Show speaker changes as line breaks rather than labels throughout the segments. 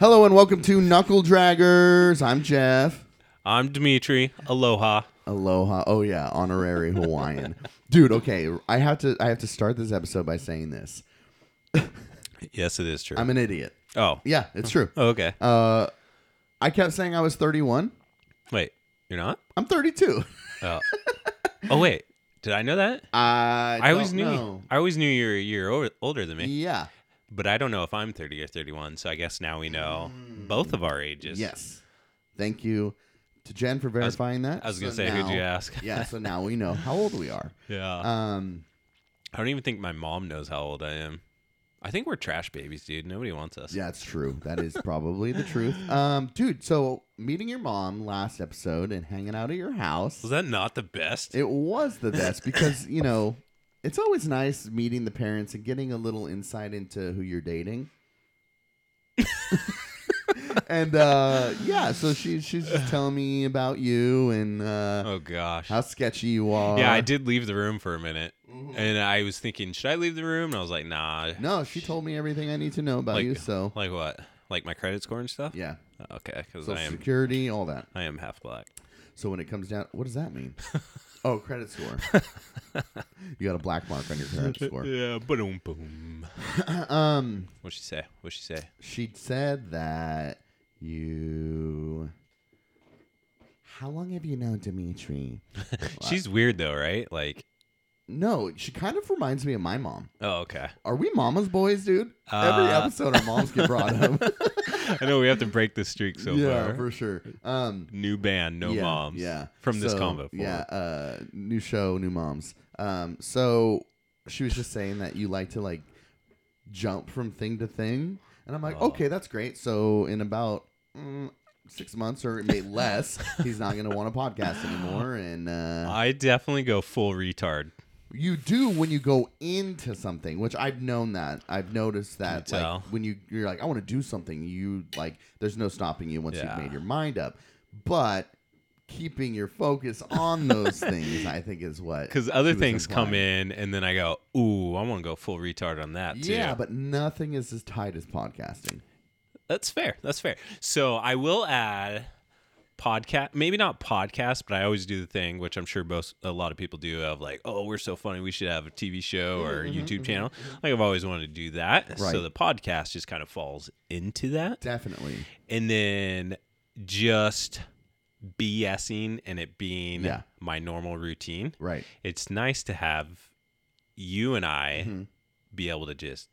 Hello and welcome to Knuckle Draggers. I'm Jeff.
I'm Dimitri. Aloha.
Aloha. Oh yeah, honorary Hawaiian. Dude, okay, I have to I have to start this episode by saying this.
Yes, it is true.
I'm an idiot.
oh.
Yeah, it's true.
Okay.
Uh I kept saying I was 31.
wait. You're not?
I'm 32.
Oh. oh wait. Did I know that?
I
I always
don't
knew.
know.
I always knew you were a year o- older than me,
Yeah.
but I don't know if I'm 30 or 31. So I guess now we know both of our ages.
Mm. Yes. Thank you to Jen for verifying that.
I was gonna say, who'd you ask?
yeah, so now we know how old we are.
Yeah.
Um
I don't even think my mom knows how old I am. I think we're trash babies, dude. Nobody wants us.
Yeah, it's true. That is probably the truth. Um, dude, so meeting your mom last episode and hanging out at your house,
Was that not the best?
it was the best because, you know, it's always nice meeting the parents and getting a little insight into who you're dating. and uh, yeah, so she, she's just telling me about you and uh,
oh gosh.
how Mm-hmm. sketchy you are.
yeah, I did leave the room for a minute, and I was thinking, should I leave the room? And I was like, nah.
No, she told me everything I need to know about
Like-
you. So,
Like what? Like my credit score and stuff? Oh,
yeah,
Okay, because I
social
am
security, all that.
I am half black.
So when it comes down, what does that mean? oh, credit score. you got a black mark on your credit score.
Yeah, boom, boom.
Um,
What'd she say? What'd she say?
she said that you. How long have you known Dimitri?
She's weird though, right? Like,
No, she kind of reminds me of my mom.
oh, okay.
Are we mama's boys, dude? Every
Uh.
episode, our moms get brought up.
I know we have to break the streak so
yeah,
far.
for sure. Um,
New band, no
yeah,
moms.
Yeah.
From this
So,
combo.
Yeah. Uh, new show, new moms. Um, so she was just saying that you like to like jump from thing to thing, and I'm like,
Oh.
okay, that's great. So in about mm, six months or maybe less, he's not gonna want a podcast anymore, and uh,
I definitely go full retard.
you do when you go into something, which I've known that I've noticed that
Can you
like
tell?
when you you're like, I want to do something, you like, there's no stopping you once
Yeah.
you've made your mind up, but keeping your focus on those things, I think, is what
Because other
she was
things come
implying.
in, and then I go, ooh, I want to go full retard on that too.
Yeah, but nothing is as tight as podcasting.
That's fair. That's fair. So I will add podcast, maybe not podcast, but I always do the thing, which I'm sure both a lot of people do of like, oh, we're so funny, we should have a TV show
Mm-hmm,
or a YouTube channel. Like I've always wanted to do that.
Right.
So the podcast just kind of falls into that,
Definitely.
and then just BSing and it being
Yeah.
my normal routine.
Right.
It's nice to have you and I
Mhm.
be able to just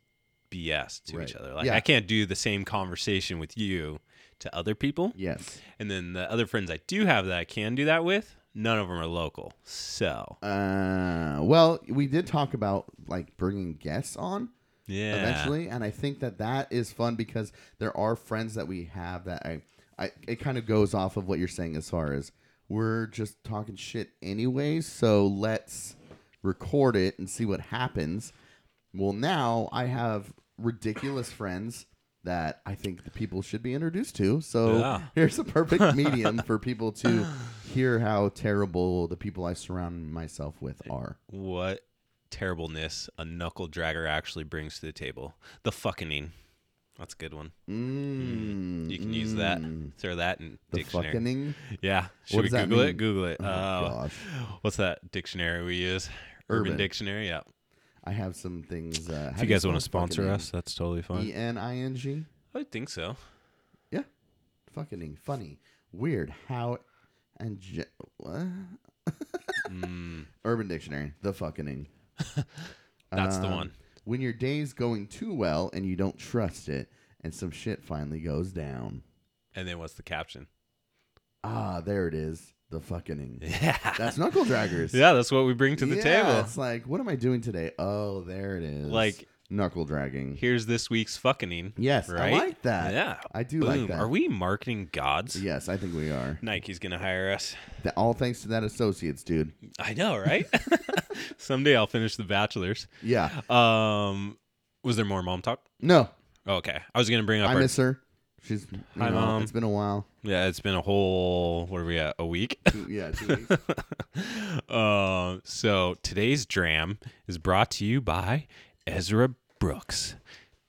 BS to each
Right.
other. Like
Yeah.
I can't do the same conversation with you to other people.
Yes.
And then the other friends I do have that I can do that with, none of them are local. So
Uh, well, we did talk about like bringing guests on
yeah,
eventually, and I think that that is fun because there are friends that we have that I, I it kind of goes off of what you're saying as far as we're just talking shit anyway, so let's record it and see what happens. Well, now I have ridiculous friends that I think the people should be introduced to. So
Yeah.
here's a perfect medium for people to hear how terrible the people I surround myself with are.
what terribleness a knuckle dragger actually brings to the table. The fucking. That's a good one.
Mm,
You can use that.
mm.
Throw that in
The
dictionary.
fucking
yeah. Should
What
we
does that
Google it?
mean?
Google it.
Oh,
Uh,
gosh.
what's that dictionary we use? Urban,
Urban.
Dictionary. Yeah.
I have some things. Uh,
If you guys want to sponsor us, that's totally fine.
E N I N G,
I think so.
fucking funny, weird, how, and je- what?
Mm,
Urban Dictionary, the fucking. Um,
that's the one.
When your day's going too well and you don't trust it, and some shit finally goes down.
And then what's the caption?
Ah, there it is, the fucking.
Yeah.
That's knuckle draggers.
yeah, that's what we bring to the
Yeah,
table.
It's like, what am I doing today? Oh, there it is.
Like-
knuckle dragging.
Here's this week's fucking.
Yes,
Right?
I like that.
Yeah.
I do
Boom.
like that.
Are we marketing gods?
Yes, I think we are.
Nike's going to hire us.
Th- all thanks to that associates, dude.
I know, right? Someday I'll finish The Bachelors.
Yeah.
Um, was there more mom talk? Oh,
No,
Okay. I was going to bring up
I
our.
miss her. She's. You
Hi,
know,
Mom.
It's been a while.
yeah, it's been a whole. What are we at? A week?
Two, yeah. Two weeks.
uh, so today's dram is brought to you by Ezra Brooks.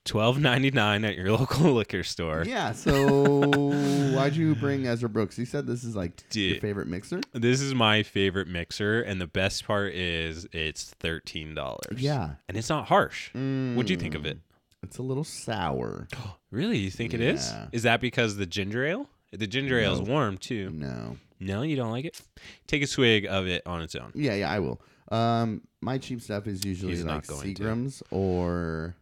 twelve ninety nine at your local liquor store.
Yeah, so why'd you bring Ezra Brooks? He said this is like your
Dude.
favorite mixer.
This is my favorite mixer, and the best part is it's thirteen dollars.
Yeah.
and it's not harsh. What'd you think of it?
Mm, It's a little sour.
Really, you think it is?
Mm. Yeah.
Is that because the ginger ale? The ginger ale is warm too.
No.
No, you don't like it. Take a swig of it on its own.
Yeah, yeah, I will. Um, my cheap stuff is usually
He's
like
not going to.
Seagrams or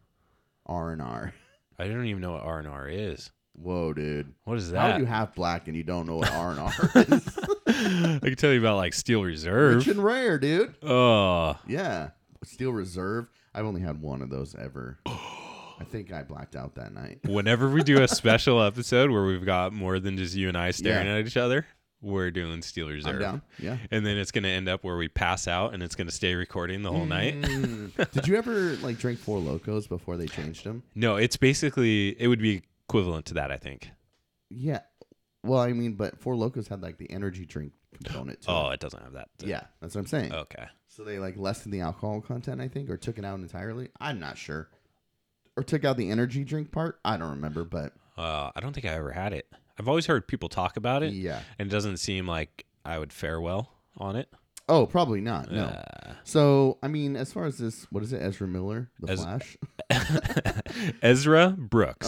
R and R.
I don't even know what R and R is.
Whoa, dude!
What is
How are
that?
you half black and you don't know what R and R is?
I can tell you about like Steel
Rich
Reserve.
and rare, dude.
Oh,
Yeah, Steel Reserve. I've only had one of those ever. I think I blacked out that night.
whenever we do a special episode where we've got more than just you and I staring
Yeah.
at each other, we're doing Steel
I'm
Reserve.
down. Yeah.
And then it's going to end up where we pass out and it's going to stay recording the whole night.
Mm. Did you ever like drink Four Locos before they changed them?
No, it's basically, it would be equivalent to that, I think.
Yeah. Well, I mean, but Four Locos had like the energy drink component. To
Oh,
it.
it Oh. doesn't have that.
yeah, that's what I'm saying.
Okay.
So they like lessened the alcohol content, I think, or took it out entirely. I'm not sure. Or took out the energy drink part. I don't remember, but
Uh, I don't think I ever had it. I've always heard people talk about it
yeah.
and it doesn't seem like I would fare well on it.
Oh, probably not. No.
Uh,
So I mean, as far as this, what is it? Ezra Miller, The
Ez-
Flash.
Ezra Brooks.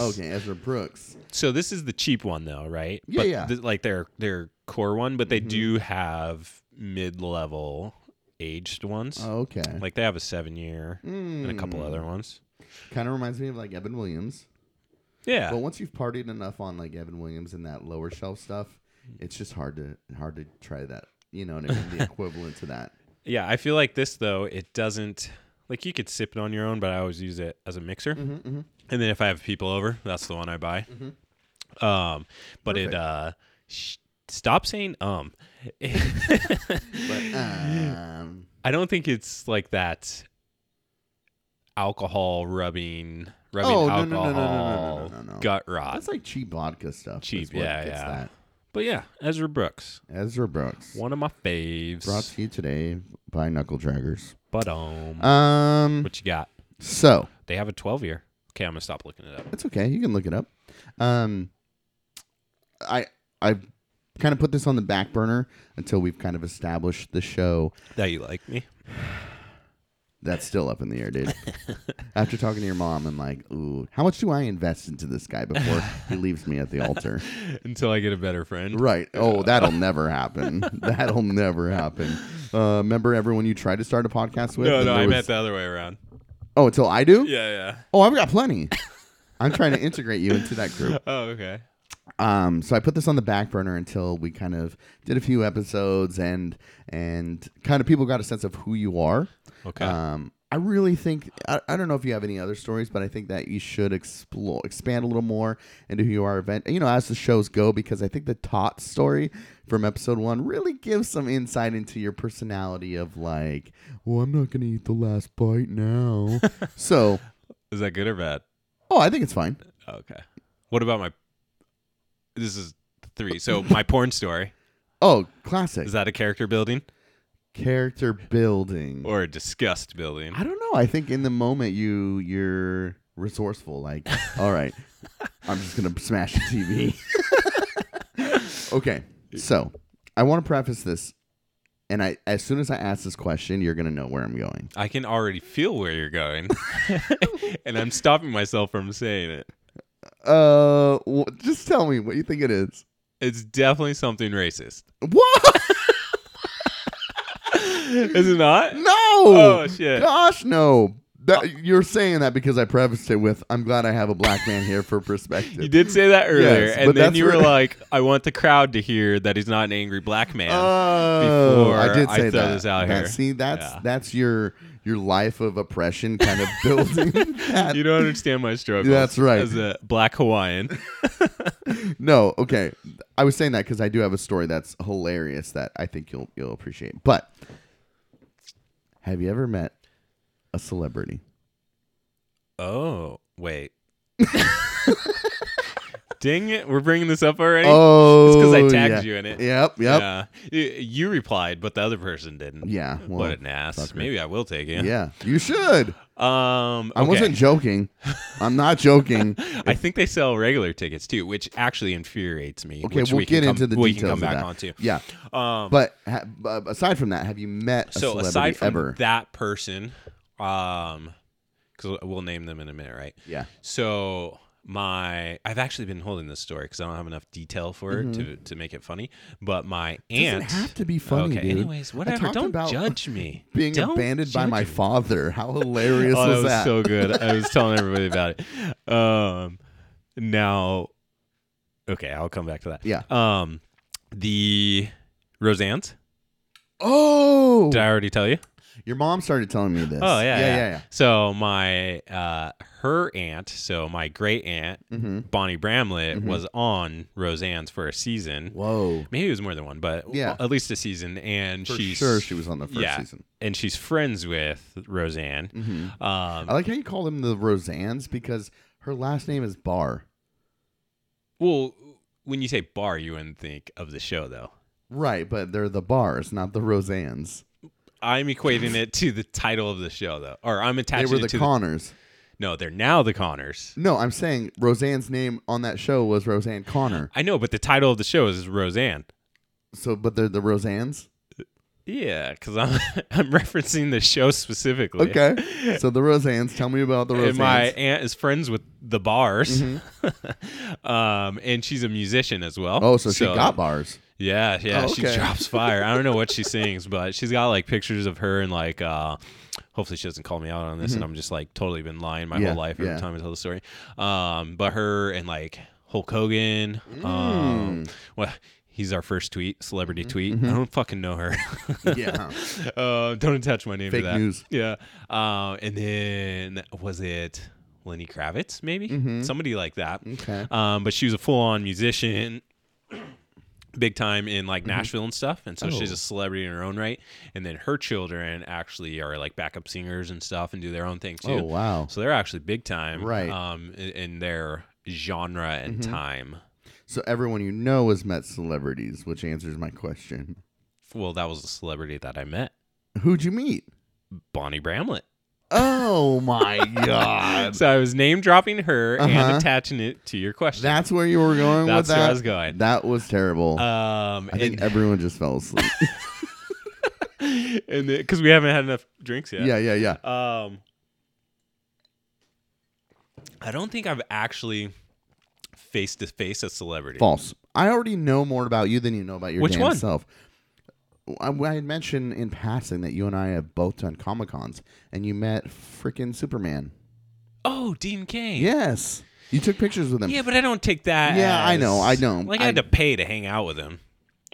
Okay, Ezra Brooks.
So this is the cheap one though, right?
Yeah,
but
yeah. Mm-hmm.
th- like their their core one, but they do have mid level aged ones.
Oh, okay. Hmm.
Like they have a seven year and a couple other ones.
Kind of reminds me of like Evan Williams.
Yeah.
But once you've partied enough on like Evan Williams and that lower shelf stuff, it's just hard to hard to try that. You know, and it the equivalent to that.
yeah, I feel like this though, it doesn't like you could sip it on your own, but I always use it as a mixer.
Mm.
And then if I have people over, that's the one I buy. Um but
Perfect.
it uh sh- stop saying um.
But um,
I don't think it's like that alcohol rubbing rubbing
Oh, no, no, no,
alcohol
no, no, no, no, no, no.
gut rot.
that's like cheap vodka stuff. is
Cheap,
what
yeah,
gets
yeah. but yeah, Ezra Brooks,
that. Ezra Brooks.
one of my faves.
Brought to you today by Knuckle Draggers.
But um,
Um,
what you got?
so
They have a 12 year. Okay, I'm gonna stop looking it up.
it's okay. You can look it up. Um, I I kind of put this on the back burner until we've kind of established the show.
That you like me?
That's still up in the air, dude. After talking to your mom, I'm like, ooh, how much do I invest into this guy before he leaves me at the altar?
Until I get a better friend.
Right. Oh, that'll never happen. That'll never happen. Uh, remember everyone you tried to start a podcast with?
No,
And
no,
there
I
was-
meant the other way around.
Oh, until I do?
Yeah, yeah.
Oh, I've got plenty. I'm trying to integrate you into that group.
Oh, okay.
Um, so I put this on the back burner until we kind of did a few episodes and and kind of people got a sense of who you are.
Okay.
Um, I really think I, I don't know if you have any other stories, but I think that you should explore expand a little more into who you are. Event, you know, as the shows go, because I think the Tot story from episode one really gives some insight into your personality of like, well, I'm not gonna eat the last bite now. so,
Is that good or bad?
oh, I think it's fine.
Okay. What about my? This is three. So my porn story
Oh, classic
is that a character building
character building.
or a disgust building?
I don't know. I think in the moment you you're resourceful. Like, all right, I'm just gonna smash the TV. okay, so I want to preface this, and I as soon as I ask this question, you're gonna know where I'm going.
I can already feel where you're going, and I'm stopping myself from saying it.
Uh, w just tell me what you think it is.
It's definitely something racist.
What?
Is it not?
No.
Oh, shit. Uh,
Gosh, no. That, you're saying that because I prefaced it with, "I'm glad I have a black man here for perspective."
You did say that earlier,
Yes, but
and then
that's
you were
where-
like, "I want the crowd to hear that he's not an angry black man."
Oh,
before
I did
I
say
throw
that.
this out
That-
here.
See, that's
Yeah.
that's your your life of oppression kind of building. that.
you don't understand my struggle.
That's right.
As a black Hawaiian,
No, okay. I was saying that because I do have a story that's hilarious that I think you'll you'll appreciate. But have you ever met a celebrity?
Oh, wait. Dang it, we're bringing this up already.
Oh,
It's 'cause I tagged
yeah.
you in it.
Yep, yep. Yeah,
Yeah. You, you replied, but the other person didn't.
well,
what an ass.
fucker.
Maybe I will take it.
yeah. You should.
Um,
I
okay.
wasn't joking. I'm not joking.
I think they sell regular tickets too, which actually infuriates me.
Okay,
which
we'll
we
get
can
into
come,
the
we
details
can come back
of that.
onto.
Yeah,
Um,
but ha- b- aside from that, have you met a
so
celebrity
aside from
ever?
that person, um, because we'll name them in a minute, right?
Yeah.
So my, I've actually been holding this story because I don't have enough detail for it to to make it funny. But my
Mm-hmm. Doesn't
aunt.
have to be funny,
okay.
dude.
Anyways,
I
whatever.
talked
Don't
about
judge me.
Being
Don't
abandoned by
judge
my
me.
father. How hilarious
Oh,
was
that was
that?
so good. I was telling everybody about it. Um, now, okay, I'll come back to that.
Yeah.
Um, the Roseanne's.
oh,
Did I already tell you?
your mom started telling me this.
Oh yeah,
yeah, yeah.
So my uh, her aunt, so my great aunt
Mm-hmm.
Bonnie Bramlett was on Roseanne's for a season.
Whoa,
Maybe it was more than one, but
Yeah.
at least a season. And
for
she's
sure she was on the first
yeah.
season.
and she's friends with Roseanne.
hmm
Um,
I like how you call them the Roseannes because her last name is Barr.
Well, when you say bar, you wouldn't think of the show, though.
Right, but they're the Bars, not the Roseannes.
I'm equating it to the title of the show, though, or I'm
They
attaching
were
it
the
to.
Connors.
the, no, they're now the Connors.
No, I'm saying Roseanne's name on that show was Roseanne Connor.
I know, but the title of the show is Roseanne.
So, but they're the Roseannes.
Yeah, because I'm I'm referencing the show specifically.
Okay. So the Roseannes. Tell me about the Roseannes.
And my aunt is friends with the bars, um, and she's a musician as well.
Mm-hmm. oh, so she got bars.
Yeah, yeah,
Oh, okay.
she drops fire. I don't know what she sings, but she's got like pictures of her and like uh hopefully she doesn't call me out on this and I'm just like totally been lying my
Mm-hmm. Yeah,
whole life every
yeah.
time I tell the story. Um but her and like Hulk Hogan,
Mm.
um well he's our first tweet, celebrity
Mm-hmm.
tweet. I don't fucking know her.
Yeah.
uh don't attach my name
Fake
to that.
news.
Yeah. Um and then was it Lenny Kravitz maybe?
Mm-hmm.
Somebody like that
Okay.
um, but she was a full-on musician big time in
Mm-hmm.
like nashville and stuff and so she's
Oh.
a celebrity in her own right and then her children actually are like backup singers and stuff and do their own thing too
Oh wow.
so they're actually big time
Right. Mm-hmm.
um, in, in their genre and time
So everyone you know has met celebrities, which answers my question.
well that was the celebrity that i met
Who'd you meet?
bonnie bramlett
Oh my god.
so i was name dropping her
Uh-huh.
and attaching it to your question
That's where you were going with
That's
that.
where I was going.
That was terrible.
um
I think
and
everyone just fell asleep.
and because we haven't had enough drinks yet
yeah, yeah, yeah.
Um, I don't think I've actually face to face a celebrity.
False. I already know more about you than you know about your
Which
damn
one?
self. I, I had mentioned in passing that you and I have both done Comic Cons, and you met freaking Superman.
Oh, Dean Kane.
Yes, you took pictures with him.
Yeah, but I don't take that.
Yeah, I
as-
know, I know.
Like I, had to pay to hang out with him.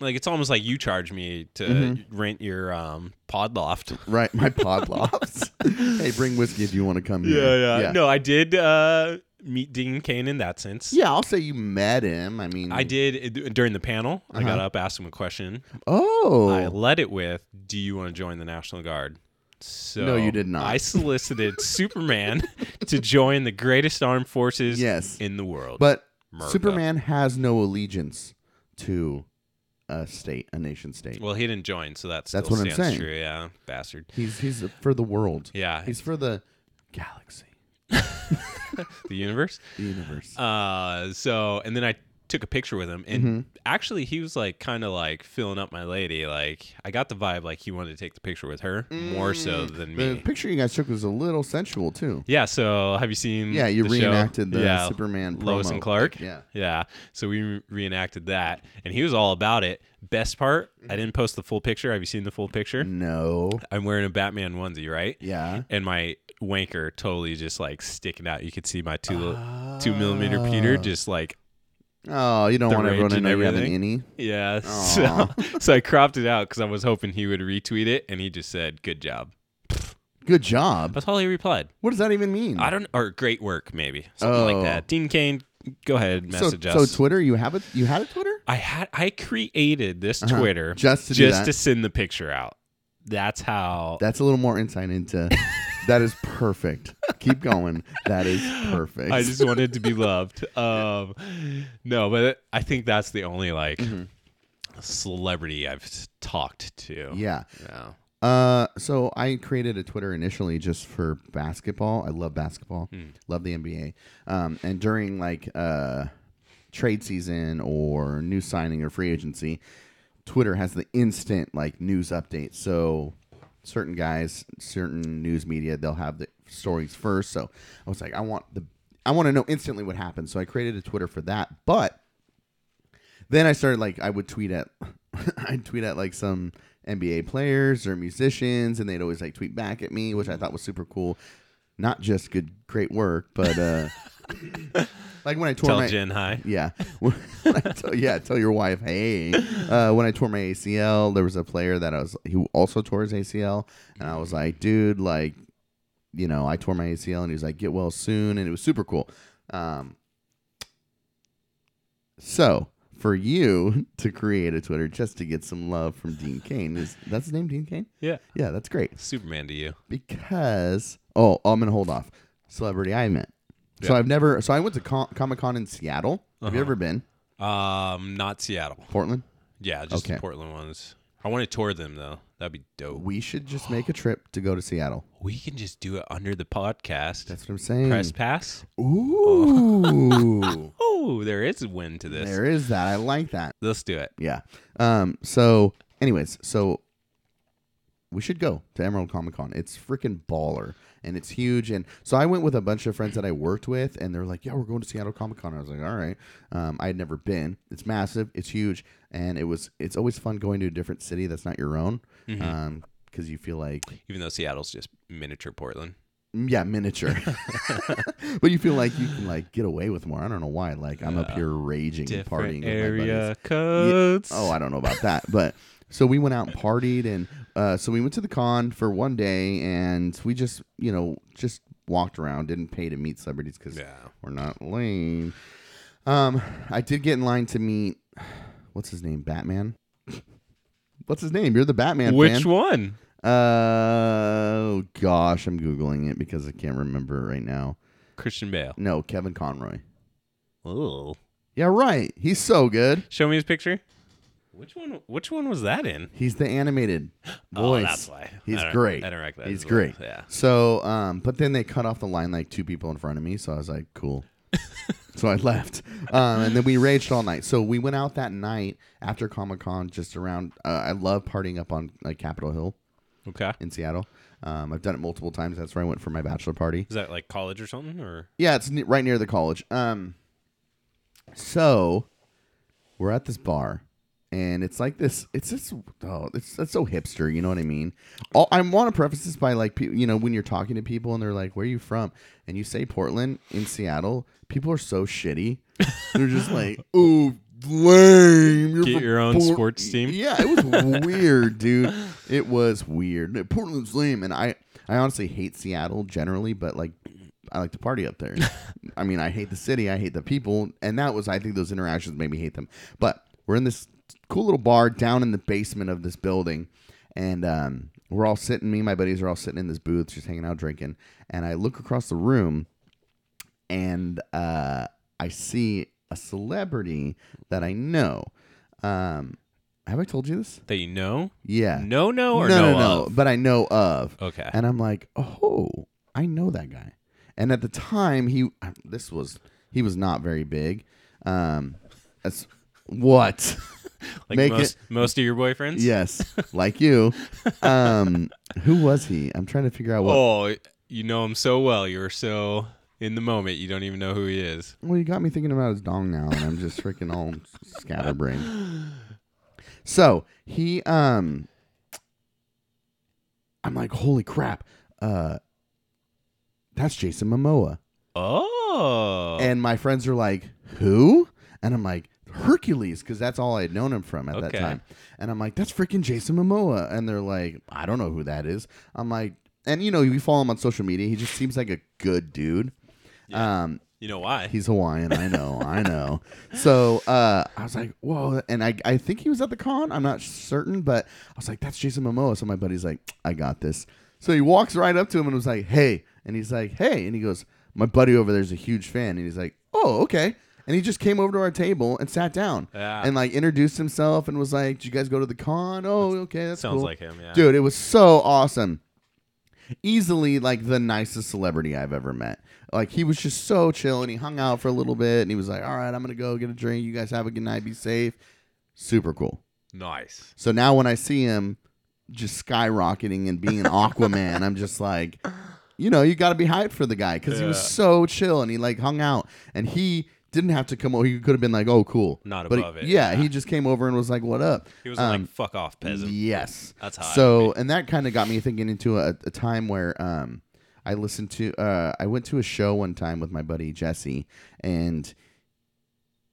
Like it's almost like you charge me to
Mm-hmm.
rent your um, pod loft.
Right, my pod lofts. hey, bring whiskey if you want to come here.
No, I did uh, meet Dean Kane in that sense.
Yeah, I'll say you met him. I mean,
I did uh, during the panel. I
Uh-huh.
got up, asked him a question.
Oh,
I led it with, "Do you want to join the National Guard?" So
No, you did not.
I solicited Superman to join the greatest armed forces
Yes.
in the world.
but
America.
Superman has no allegiance to a state, a nation state.
well, he didn't join, so that still
That's what I'm
stands
saying.
true. Yeah, bastard.
He's he's for the world.
Yeah,
He's for the galaxy,
the universe.
the universe.
Uh, so and then I took a picture with him, and
Mm-hmm.
actually he was like kind of like filling up my lady. Like I got the vibe like he wanted to take the picture with her more so than me.
Mm, the picture you guys took was a little sensual too.
Yeah, so have you seen?
Yeah, you
the show?
reenacted the
Yeah,
Superman
Lois
promo.
and Clark.
Yeah.
yeah. So we re- reenacted that, and he was all about it. Best part, I didn't post the full picture. Have you seen the full picture?
Mm. No.
I'm wearing a Batman onesie, right?
Yeah.
And my wanker totally just like sticking out. You could see my two li- two millimeter Peter just like
Ah. Oh, you don't
The
want everyone
rage
to
and
know you have an
everything.
innie.
yeah. So, so I cropped it out because I was hoping he would retweet it, and he just said, "Good job."
Good job.
That's all he replied.
What does that even mean?
I don't or great work maybe something
Mm. Oh.
like that. Dean Kane, go ahead
so,
message
so
us.
Twitter, you have a you had a Twitter?
I had I created this Twitter
Uh-huh. Just to do
just
that.
to send the picture out. That's how
That's a little more insight into That is perfect. Keep going. That is perfect.
I just wanted to be loved. Um, no, but I think that's the only like
Mm-hmm.
celebrity I've s- talked to.
yeah.
No.
Uh, so I created a Twitter initially just for basketball. I love basketball.
Hmm.
Love the NBA. Um, and during like uh, trade season or new signing or free agency, Twitter has the instant like news update. So certain guys, certain news media, they'll have the stories first. So I was like, I want the I want to know instantly what happened. So I created a Twitter for that. But then I started like I would tweet at I'd tweet at like some NBA players or musicians and they'd always like tweet back at me, which I thought was super cool. Not just good great work, but uh like when I tore
Tell
my
Jen hi.
yeah. When I tell- yeah, tell your wife, hey. Uh, when I tore my ACL, there was a player that I was who also tore his ACL, and I was like, dude, like, you know, I tore my ACL, and he was like, get well soon, and it was super cool. Um, so for you to create a Twitter just to get some love from Dean Kane is that's his name, Dean Kane?
Yeah.
Yeah, that's great
Superman to you.
because oh, I'm gonna hold off. Celebrity I met. So
Yeah.
I've never. So I went to Com- Comic Con in Seattle. Have you
Uh-huh.
ever been
Um, not Seattle.
Portland?
Yeah, just
Okay.
the Portland ones. I want to tour them though. That'd be dope.
We should just make a trip to go to Seattle.
We can just do it under the podcast.
That's what I'm saying.
Press pass.
Ooh,
Oh, there is a win to this.
there is that. I like that.
Let's do it.
Yeah. Um. So, anyways, so we should go to Emerald Comic Con. It's freaking baller, and it's huge. And so I went with a bunch of friends that I worked with, and they're like, "Yeah, we're going to Seattle Comic Con." I was like, "All right." Um, I had never been. It's massive. It's huge, and it was. It's always fun going to a different city that's not your own, um, because you feel like
Even though Seattle's just miniature Portland.
yeah miniature but you feel like you can like get away with more i don't know why like i'm up here raging and partying with
Different
my buddies
area codes.
oh i don't know about that but so we went out and partied and uh, so we went to the con for one day and we just you know just walked around didn't pay to meet celebrities because
Yeah.
we're not lame um i did get in line to meet what's his name batman what's his name you're the batman
Which
fan.
one?
Oh gosh, I'm googling it because I can't remember right now.
Christian Bale.
No, Kevin Conroy.
Oh.
Yeah, right. He's so good.
Show me his picture. Which one? Which one was that in?
He's the animated voice.
Oh, that's why.
He's
I don't-
great.
I don't recognize.
He's
his voice.
great.
Yeah.
So, um, but then they cut off the line like two people in front of me, so I was like, cool. so I left, um, and then we raged all night. So we went out that night after Comic Con, just around. Uh, I love partying up on like Capitol Hill
Okay.
in Seattle. Um, I've done it multiple times. That's where I went for my bachelor party.
Is that like college or something? Or
Yeah, it's ne- right near the college. Um, so we're at this bar, and it's like this. It's this. Oh, it's that's so hipster. You know what I mean? All, I want to preface this by like, pe- you know, when you're talking to people and they're like, "Where are you from?" and you say Portland in Seattle, people are so shitty. they're just like, "Ooh, lame." You're
Get
from
your own sports team?
Yeah, it was weird, dude. It was weird. Portland's lame, and I, I honestly hate Seattle generally, but like I like to party up there. I mean, I hate the city, I hate the people, and that was I think those interactions made me hate them. But we're in this cool little bar down in the basement of this building, and um, we're all sitting. Me and my buddies are all sitting in this booth, just hanging out, drinking. And I look across the room, and uh, I see a celebrity that I know. Um, have I told you this?
that you know?
Yeah.
No, no, or
no,
no,
no, no,
of?
but I know of.
Okay.
And I'm like, oh, I know that guy. And at the time, he this was he was not very big. Um, that's what.
like
make
most most of your boyfriends.
yes, like you. Um, who was he? I'm trying to figure out what.
Oh, you know him so well. You're so in the moment. You don't even know who he is.
Well, you got me thinking about his dong now, and I'm just freaking all scatterbrained. So he, um, I'm like, holy crap, uh, that's Jason Momoa.
Oh.
And my friends are like, "Who?" And I'm like, "Hercules," because that's all I had known him from at that
Okay.
time. And I'm like, "That's freaking Jason Momoa." And they're like, "I don't know who that is." I'm like, and you know, you follow him on social media. He just seems like a good dude. Um,
you know why?
he's Hawaiian. I know. I know. So uh, I was like, "Whoa!" And I, I think he was at the con. I'm not certain, but I was like, "That's Jason Momoa." So my buddy's like, "I got this." So he walks right up to him and was like, "Hey," and he's like, "Hey," and he goes, "My buddy over there's a huge fan," and he's like, "Oh, okay." And he just came over to our table and sat down
Yeah.
and like introduced himself and was like, "Did you guys go to the con? Oh, okay, that's
Sounds
cool."
like him, yeah.
Dude, it was so awesome. Easily like the nicest celebrity I've ever met. Like he was just so chill and he hung out for a little bit and he was like, "All right, I'm gonna go get a drink. You guys have a good night. Be safe." Super cool.
Nice.
So now when I see him just skyrocketing and being Aquaman, I'm just like, you know, you got to be hyped for the guy because he was
Yeah.
so chill and he like hung out and he didn't have to come over. He could have been like, oh, cool.
Not
But he-
above it,
Yeah, he just came over and was like, what up?
He was
Um,
like, "Fuck off, peasant."
Yes.
That's hot.
So, and that kind of got me thinking into a, a time where um, I listened to, uh, I went to a show one time with my buddy Jesse, and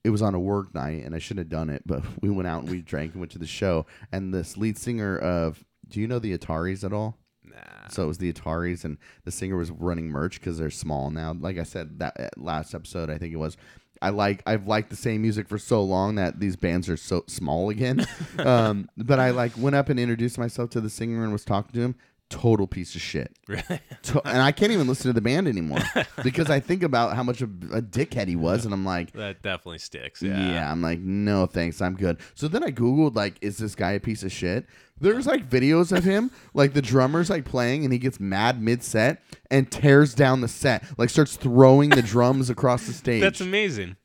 it was on a work night, and I should have done it, but we went out and we drank and went to the show. And this lead singer of, do you know the Ataris at all?
Nah.
So it was the Ataris, and the singer was running merch because they're small now. Like I said that uh, last episode, I think it was. I like I've liked the same music for so long that these bands are so small again. um, but I like went up and introduced myself to the singer and was talking to him. Total piece of shit.
Really?
To- and I can't even listen to the band anymore because I think about how much of a dickhead he was, and I'm like,
that definitely sticks.
yeah.
Yeah.
I'm like, no, thanks, I'm good. So then I googled like, is this guy a piece of shit? There's like videos of him, like the drummer's like playing, and he gets mad mid set and tears down the set, like starts throwing the drums across the stage.
That's amazing.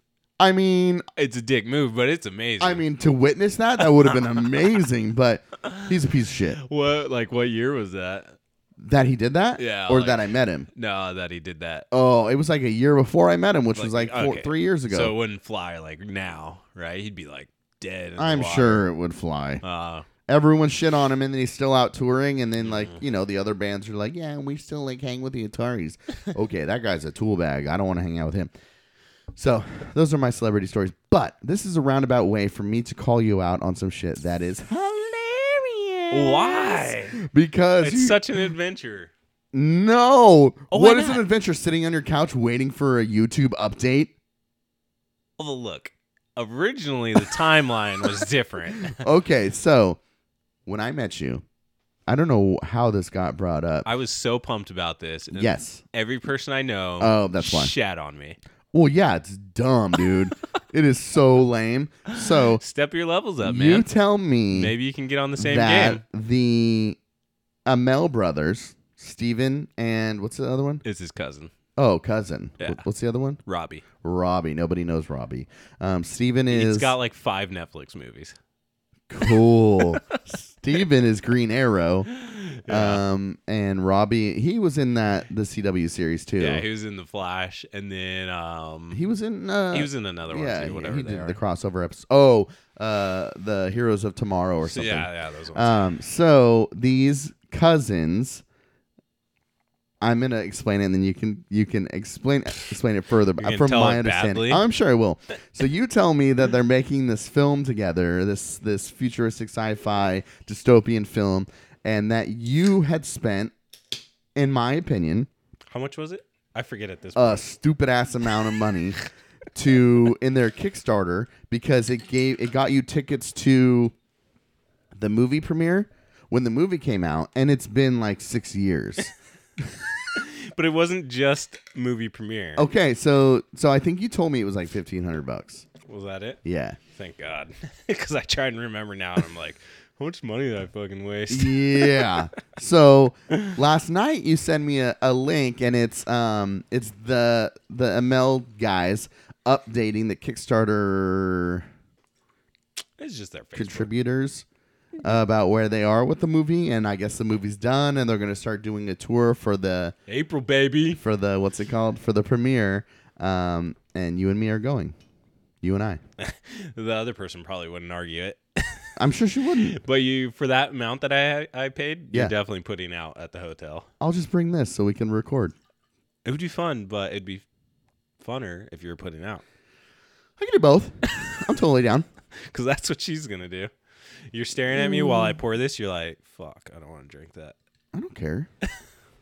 I mean,
It's a dick move, but it's amazing.
I mean, to witness that, that would have been amazing. But he's a piece of shit
what like what year was that?
that he did that,
Yeah,
or
like-
that I met him.
No, that he did that.
Oh, it was like a year before I met him, which was like
Like,
four,
okay.
three years ago.
So it wouldn't fly like now, right? He'd be like dead. in the
I'm
water.
sure it would fly.
Uh,
everyone shit on him and then he's still out touring and then like
Mm-hmm.
you know the other bands are like yeah we still like hang with the ataris okay that guy's a tool bag i don't want to hang out with him so those are my celebrity stories but this is a roundabout way for me to call you out on some shit that is hilarious
why?
because
It's
you-
such an adventure.
no
Oh, why
what is
not?
an adventure sitting on your couch waiting for a youtube update
Well, look. Originally, the timeline was different.
okay so when i met you i don't know how this got brought up
I was so pumped about this. and
yes
Every person I know.
Oh, that's why.
Shat on me.
Well, yeah, it's dumb, dude. it is so lame. So
Step your levels up, man.
Oh. you tell me
Maybe you can get on the same
that
game.
the Amel brothers, Steven and what's the other one?
It's his cousin,
Oh, cousin.
Yeah.
What- What's the other one?
Robbie.
Robbie. Nobody knows Robbie. Um, Steven is
He's got like five Netflix movies.
cool. Steven is Green Arrow.
Yeah.
Um, and Robbie, he was in that the CW series too.
Yeah, he was in The Flash, and then um,
He was in. Uh,
he was in another one
yeah,
too, whatever
he
they
did
are.
the crossover episode. Oh, uh, the Heroes of Tomorrow or
So,
something.
yeah, yeah, those ones.
Um, so these cousins, I'm gonna explain it, and then you can you can explain explain it further. But
gonna
from
tell
my
it
understanding,
badly?
I'm sure I will. So you tell me that they're making this film together, this this futuristic sci-fi dystopian film, and that you had spent, in my opinion,
How much was it? I forget at this. point.
a stupid ass amount of money to in their Kickstarter because it gave it got you tickets to the movie premiere when the movie came out, and it's been like six years.
but it wasn't just movie premiere.
okay, so so I think you told me it was like fifteen hundred bucks.
Was that it?
Yeah.
Thank God, because I try and remember now, and I'm like, how much money did I fucking waste?
Yeah. So last night you send me a, a link and it's um it's the the ML guys updating the Kickstarter
It's just their Facebook.
contributors uh, about where they are with the movie and I guess the movie's done and they're going to start doing a tour for the
April baby.
for the what's it called for the premiere um and you and me are going. You and I.
The other person probably wouldn't argue it.
I'm sure she wouldn't.
But you, for that amount that I I paid,
Yeah.
you're definitely putting out at the hotel.
I'll just bring this so we can record.
It would be fun, but it'd be funner if you were putting out,
I can do both. I'm totally down.
because that's what she's gonna do. You're staring at me while
Mm.
I pour this. You're like, fuck, I don't want to drink that.
I don't care.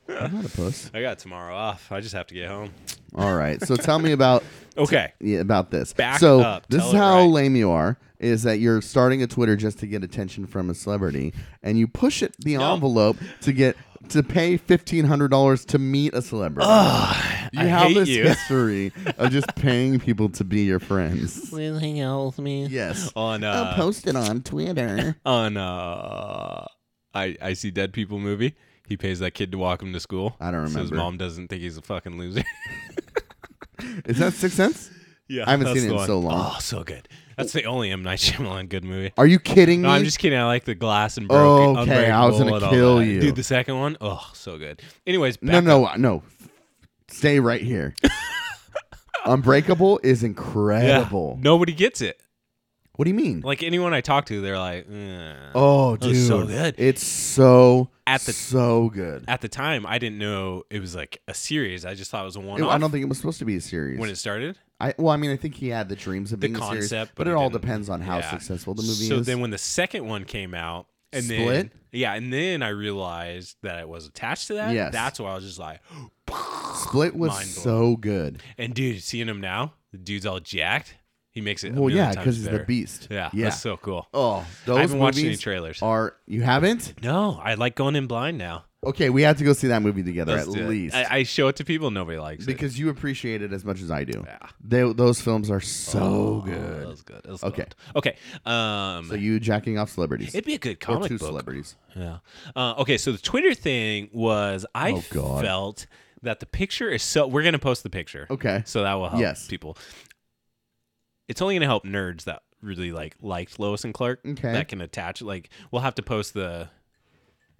I'm not a puss.
I got tomorrow off. I just have to get home.
All right. So tell me about
Okay.
yeah, about this.
Back
so
up.
this
Tell
is
it
how
right.
lame you are. Is that you're starting a Twitter just to get attention from a celebrity, and you push it the
No.
envelope to get to pay fifteen hundred dollars to meet a celebrity. you
I
have
hate
this
you.
history of just paying people to be your friends.
Please hang out with me.
Yes.
On
I'll
uh,
post it on Twitter.
on uh, I I see dead people movie. He pays that kid to walk him to school.
I don't
So his
remember.
mom doesn't think he's a fucking loser.
Is that Sixth Sense?
yeah,
I haven't
that's
seen it
the
in
one.
so long.
Oh, so good. That's the only M Night Shyamalan good movie.
Are you kidding me?
No, I'm just kidding. I like the glass and
Oh,
broken.
okay, I was gonna
Unbreakable and all
kill
that.
you.
dude. The second one, oh, so good. Anyways, back
no, no,
up.
uh, no. Stay right here. Unbreakable is
yeah,
incredible.
nobody gets it.
What do you mean?
Like anyone I talk to, they're like, "Eh."
oh,
That
dude,
was so good.
It's so
At the-
so good.
at the time, I didn't know it was like a series. I just thought it was a one.
It- I don't think it was supposed to be a series.
when it started.
I well, I mean, I think he had the dreams of
The
being a series,
concept,
but,
but
it
he
all
didn't.
depends on how
Yeah.
successful the movie
so
is.
then when the second one came out and
Split?
then yeah, and then I realized that it was attached to that.
Yes.
That's why I was just like,
Split was
Mind
so good.
and dude, seeing him now, the dude's all jacked. He makes it. a
Well,
million
yeah,
times
because he's the
better.
beast.
Yeah,
yeah.
that's so cool.
oh, those
I haven't watched any
movies
trailers.
are you haven't?
no, I like going in blind now.
Okay, we have to go see that movie together
Let's
at
do it.
least
I, I show it to people. Nobody likes it.
because you appreciate it as much as I do.
Yeah.
They, those films are so
Oh, That
good.
was good. That was
Okay.
good. Okay. Um,
So you jacking off celebrities
it'd be a good
or
comic
two
book.
celebrities?
Yeah. Uh, okay. So the Twitter thing was I
Oh, God.
felt that the picture is so. We're gonna post the picture,
Okay.
so that will help
Yes.
people. It's only gonna help nerds that really like liked Lois and Clark
Mm, Okay.
that can attach. Like we'll have to post the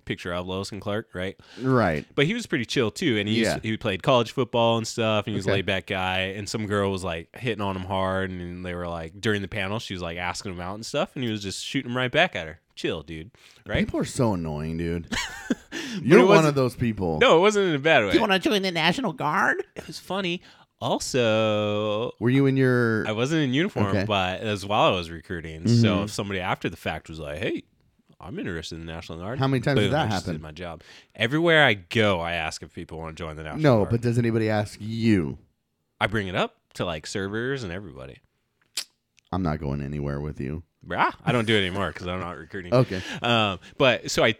picture of Lois and Clark, right?
Right.
But he was pretty chill too, and he
Yeah.
used, he played college football and stuff, and he was
Okay.
a laid back guy. And some girl was like hitting on him hard, and they were like during the panel, she was like asking him out and stuff, and he was just shooting right back at her. Chill, dude. Right?
People are so annoying, dude.
it
You're one
wasn't-
of those people.
No, it wasn't in a bad way.
to join the National Guard?
It was funny. Also,
Were you in your?
I wasn't in uniform,
Okay.
but as while I was recruiting, so if somebody after the fact was like, "Hey, I'm interested in the National Guard,"
How many times did
boom,
that
I just
happen?
Did my job. Everywhere I go, I ask if people want to join the National
No,
Guard.
but does anybody ask you?
I bring it up to like servers and everybody.
I'm not going anywhere with you.
Brah, I don't do it anymore because I'm not recruiting.
Okay.
Um, but so I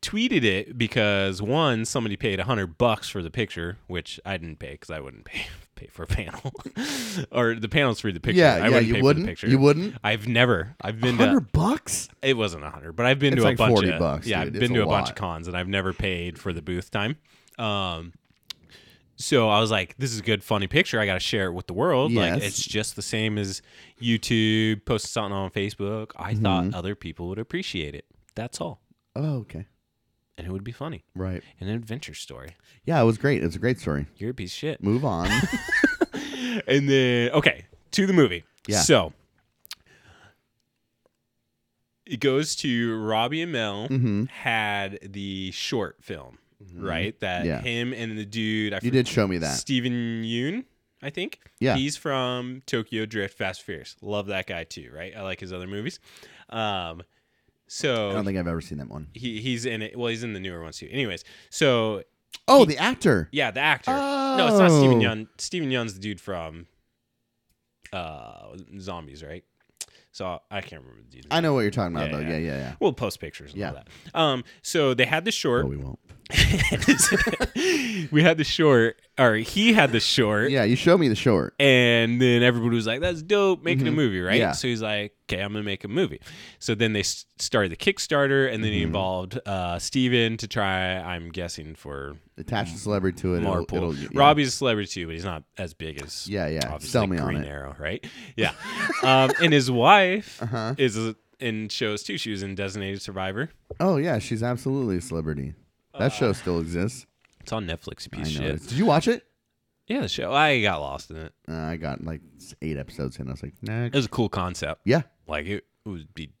tweeted it because one, somebody paid a hundred bucks for the picture, which I didn't pay because I wouldn't pay pay for a panel or the panel's for the picture.
yeah, yeah,
I wouldn't
you
pay
wouldn't.
For the picture.
You wouldn't.
I've never. I've been to.
Hundred bucks.
It wasn't a hundred, but I've been
It's
to a
like
bunch
40
of.
bucks,
yeah,
dude.
I've
It's
been
a
to a bunch
lot.
of cons, and I've never paid for the booth time. Um. So I was like, "This is a good, funny picture. I got to share it with the world. Like,
Yes.
it's just the same as YouTube, posting something on Facebook. I
Mm-hmm.
thought other people would appreciate it. That's all,
Oh, okay.
and it would be funny.
Right.
An adventure story.
Yeah, it was great. It's a great story.
You're a piece of shit.
Move on.
And then, okay, to the movie.
Yeah.
So it goes to Robbie and Mel
Mhm.
had the short film, right? That
Mm-hmm. Yeah.
him and the dude, I
you
forget-
did show me that.
Steven Yoon, I think.
Yeah.
He's from Tokyo Drift, Fast and Furious. Love that guy too, right? I like his other movies. Um,
I don't
so
think I've ever seen that one.
he, he's in it. Well, he's in the newer ones too. Anyways, so
Oh, the actor.
yeah, the actor. No, it's not Steven
Oh.
Yeun. Steven Yeun's the dude from uh Zombies, right? So I can't remember the dude's
I
name.
know what you're talking about
Yeah,
though. Yeah,
yeah.
yeah, yeah.
We'll post pictures and all
Yeah.
that. Um, so they had the short.
No, we won't.
we had the short, or he had the short,
Yeah, you showed me the short.
and then everybody was like, "That's dope, making a movie, right?"
Mm-hmm. Yeah.
So he's like, "Okay, I'm gonna make a movie." So then they s- started the Kickstarter, and then
Mm-hmm.
he involved uh, Steven to try. I'm guessing for
Attach the celebrity to it. it'll-
Marple.
it'll- yeah.
Robbie's a celebrity too, but he's not as big as
Yeah, yeah.
obviously
Sell me on
Green
it.
Arrow, right? Yeah. um, and his wife
Uh-huh.
is a, in shows too. She was in Designated Survivor.
Oh yeah, she's absolutely a celebrity. That show
Uh,
still exists.
It's on Netflix. You
I know.
piece of shit.
it's- Did you watch it?
Yeah, the show. I got lost in it.
Uh, I got like eight episodes in. I was like, nah.
It was a cool concept.
Yeah,
Like it, it would be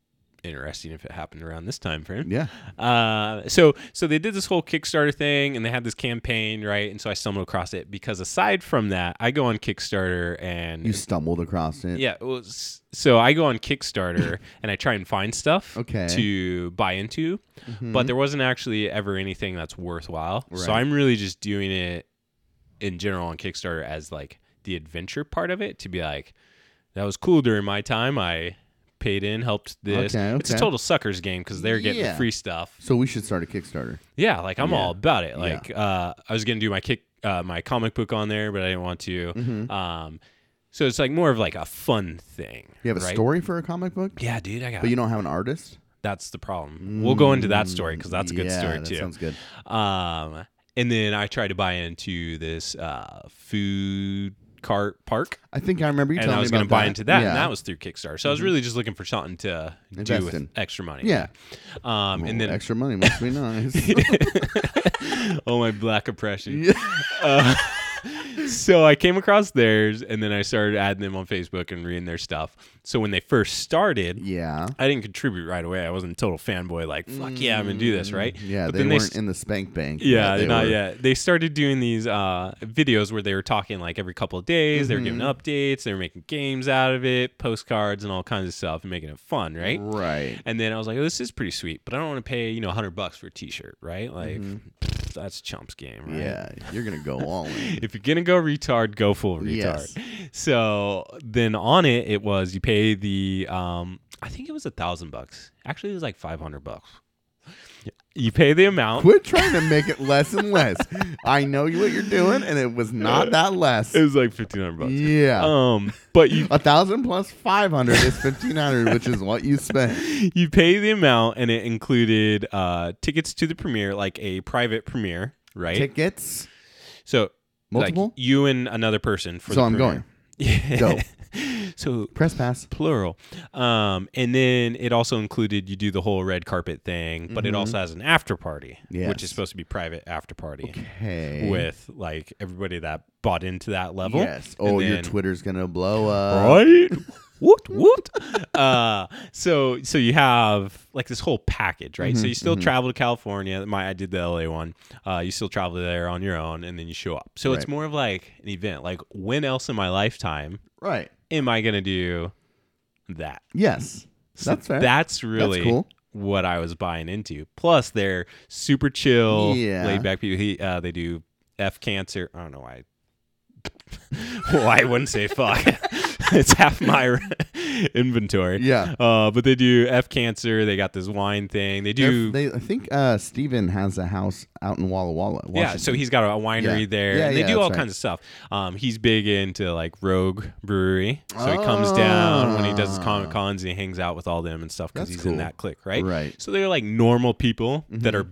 interesting if it happened around this time frame.
yeah.
Uh, so so they did this whole Kickstarter thing and they had this campaign, right? And so I stumbled across it because aside from that, I go on Kickstarter and
You stumbled across it.
Yeah. Well, s- so I go on Kickstarter and I try and find stuff
Okay. Mm-hmm.
to buy into, but there wasn't actually ever anything that's worthwhile. So
Right.
I'm really just doing it in general on Kickstarter as like the adventure part of it to be like, that was cool during my time. I paid in helped this.
Okay,
It's a
okay.
total suckers game because they're getting
Yeah.
the free stuff.
So we should start a Kickstarter.
Yeah, like I'm
Yeah.
all about it.
Yeah.
Like uh, I was gonna do my kick uh, my comic book on there, but I didn't want to.
Mm-hmm.
Um, so it's like more of like a fun thing.
You have a
right?
story for a comic book,
Yeah, dude, I got.
but you don't have an artist.
that's the problem. We'll go into that story because that's a good
Mm, yeah,
story
that
too.
Sounds good.
Um, and then I tried to buy into this uh, food cart park,
I think I remember you
and
telling
I was
me
going
about
to buy
that.
into that,
Yeah.
and that was through Kickstarter. So I was really just looking for something to do
Invest
with
in.
extra money.
yeah.
Um, and
Well,
then
extra money must be nice.
oh my black oppression. Uh, so I came across theirs, and then I started adding them on Facebook and reading their stuff. So when they first started,
yeah.
I didn't contribute right away. I wasn't a total fanboy, like fuck yeah, I'm gonna do this, right?
Mm, Yeah,
But
they
then
weren't
s-
in the spank bank. but
Yeah,
they
not
were-
yet. They started doing these uh, videos where they were talking like every couple of days. They were giving
Mm-hmm.
updates. They were making games out of it, postcards, and all kinds of stuff, and making it fun, right?
Right.
And then I was like, oh, this is pretty sweet, but I don't want to pay you know hundred bucks for a T-shirt, right? Like pfft, that's Chump's game, right?
Mm-hmm. Yeah, you're gonna go all in.
If you're gonna go retard, go full retard.
Yes.
So then on it, it was you pay the um, I think it was a thousand bucks. Actually, it was like five hundred bucks. You pay the amount.
Quit trying to make it less and less. I know you what you're doing, and it was not that less.
It was like fifteen hundred bucks.
Yeah.
Um, but you
a thousand plus five hundred is fifteen hundred, which is what you spent.
you pay the amount, and it included uh tickets to the premiere, like a private premiere, right?
Tickets,
so like,
multiple.
you and another person for
so
the
I'm
premiere.
going.
Yeah.
Go.
so
Press pass.
plural. Um, and then it also included you do the whole red carpet thing, but it also has an after party, which is
Mm-hmm. Yes.
supposed to be private after party
Okay.
with like everybody that bought into that level.
yes.
And
Oh, your uh,
then-
Twitter's gonna blow up.
right? what? What? Uh, so so you have like this whole package, right?
Mm-hmm.
so you still travel to California. My I did the LA one. Uh, you still travel there on your own, and then you show up. So it's
Right.
more of like an event. Like when else in my lifetime
Right.
am I gonna do that?
Yes.
So
That's fair.
That's really
cool.
what I was buying into. Plus, they're super chill,
Yeah.
laid back people. He, uh, they do F cancer. I don't know why. well, I wouldn't say fuck. it's half my inventory.
Yeah.
Uh, but they do F cancer. They got this wine thing. They do.
They, I think uh, Steven has a house out in Walla Walla.
yeah, so
Washington.
he's got a winery
Yeah.
there.
Yeah,
and they
yeah,
do
that's
all
right.
kinds of stuff. Um, he's big into like Rogue Brewery, so he comes down when he does his comic cons and he hangs out with all them and stuff because
Ah. That's
he's in
cool.
that clique, right?
Right.
So they're like normal people that
Mm-hmm.
are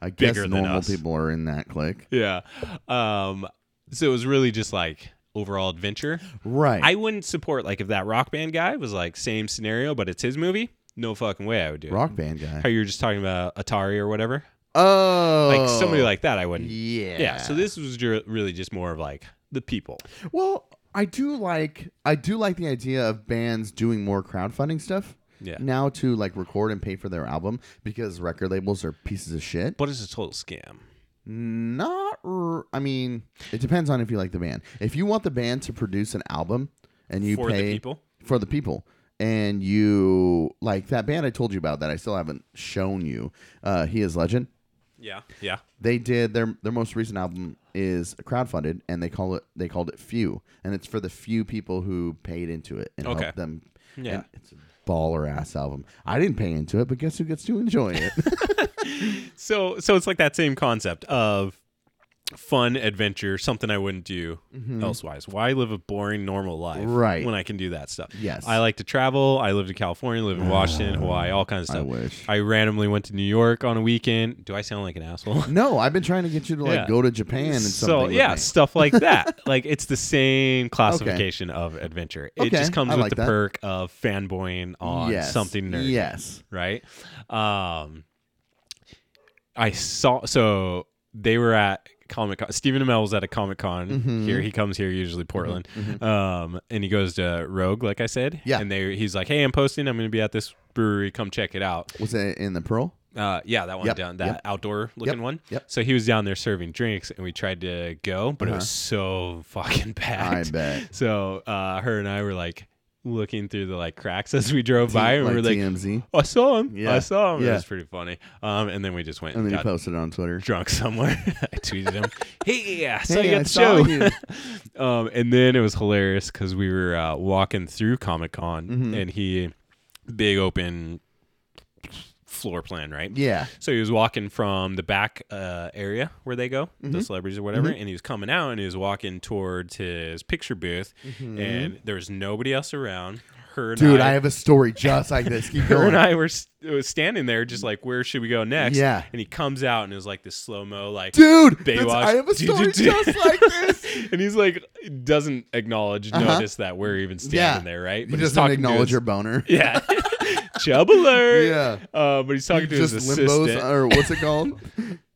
I guess
bigger than
normal
us.
people are in that clique.
yeah. Um, so it was really just like overall adventure.
Right.
I wouldn't support like if that rock band guy was like same scenario, but it's his movie. No fucking way I would do it.
Rock band
How
guy.
you were just talking about Atari or whatever,
Oh.
like somebody like that, I wouldn't. Yeah.
Yeah.
so this was ju- really just more of like the people.
Well, I do like I do like the idea of bands doing more crowdfunding stuff.
Yeah.
Now to like record and pay for their album because record labels are pieces of shit.
What is a total scam?
Not, r- I mean, it depends on if you like the band. If you want the band to produce an album and you
For the
pay
people?
for the people, and you like that band I told you about that I still haven't shown you, uh, he is legend.
Yeah, yeah.
They did their their most recent album is crowdfunded, and they call it they called it few, and it's for the few people who paid into it and
Okay.
helped them.
Yeah.
and it's a baller ass album. I didn't pay into it, but guess who gets to enjoy it?
So so it's like that same concept of fun adventure, something I wouldn't do elsewise. Why live a boring normal life
Mm-hmm. Right.
when I can do that stuff?
Yes. Ah,
I like to travel. I lived in California, live in Washington, Hawaii, all kinds of
I
stuff.
wish.
I randomly went to New York on a weekend. Do I sound like an asshole?
no, I've been trying to get you to like
Yeah.
go to Japan and
So
something. with
yeah,
me.
stuff like that. like it's the same classification of adventure. It
Okay,
just comes
I
with
like
the
that.
perk of fanboying on something nerdy.
Yes.
right? Um, I saw so they were at Comic Con. Stephen Amell was at a Comic Con
Mm-hmm.
here. He comes here usually Portland, um, and he goes to Rogue, like I said.
Yeah.
and they he's like, "Hey, I'm posting. I'm going to be at this brewery. Come check it out."
Was it in the Pearl?
Uh, yeah, that one
Yep,
down that
yep.
outdoor looking one.
yep.
So he was down there serving drinks, and we tried to go, but it was so fucking
Uh-huh. I
packed.
bet.
So uh, her and I were like looking through the like cracks as we drove by, and we were like,
TMZ,
I saw him.
Yeah.
I saw him. It
Yeah.
was pretty funny. Um, and then we just went
and
and,
then you
got
posted it on Twitter.
drunk somewhere. I tweeted him, "Hey, yeah, I saw
Hey,
you
I
at the
saw
show."
you. Mm-hmm.
um, and then it was hilarious because we were uh, walking through Comic Con, and he big open floor plan, right?
Yeah.
So he was walking from the back uh, area where they go,
Mm-hmm.
the celebrities or whatever, and he was coming out and he was walking towards his picture booth, and there was nobody else around. Her and
Mm-hmm. Dude,
I,
I have a story just like this. Keep
her and
going.
I were s- was standing there, just like, where should we go next?
Yeah.
and he comes out and is like this slow mo, like,
Dude, that's-
Baywatch.
I have a
Dude,
story
dude, dude.
just like this.
and he's like, doesn't acknowledge,
Uh-huh.
notice that we're even standing
Yeah.
there, right?
He
he's
doesn't
talking to
acknowledge
his-
your boner.
yeah, chub alert.
Yeah.
Uh, but he's talking to
Just
his
limbos,
assistant.
or what's it called?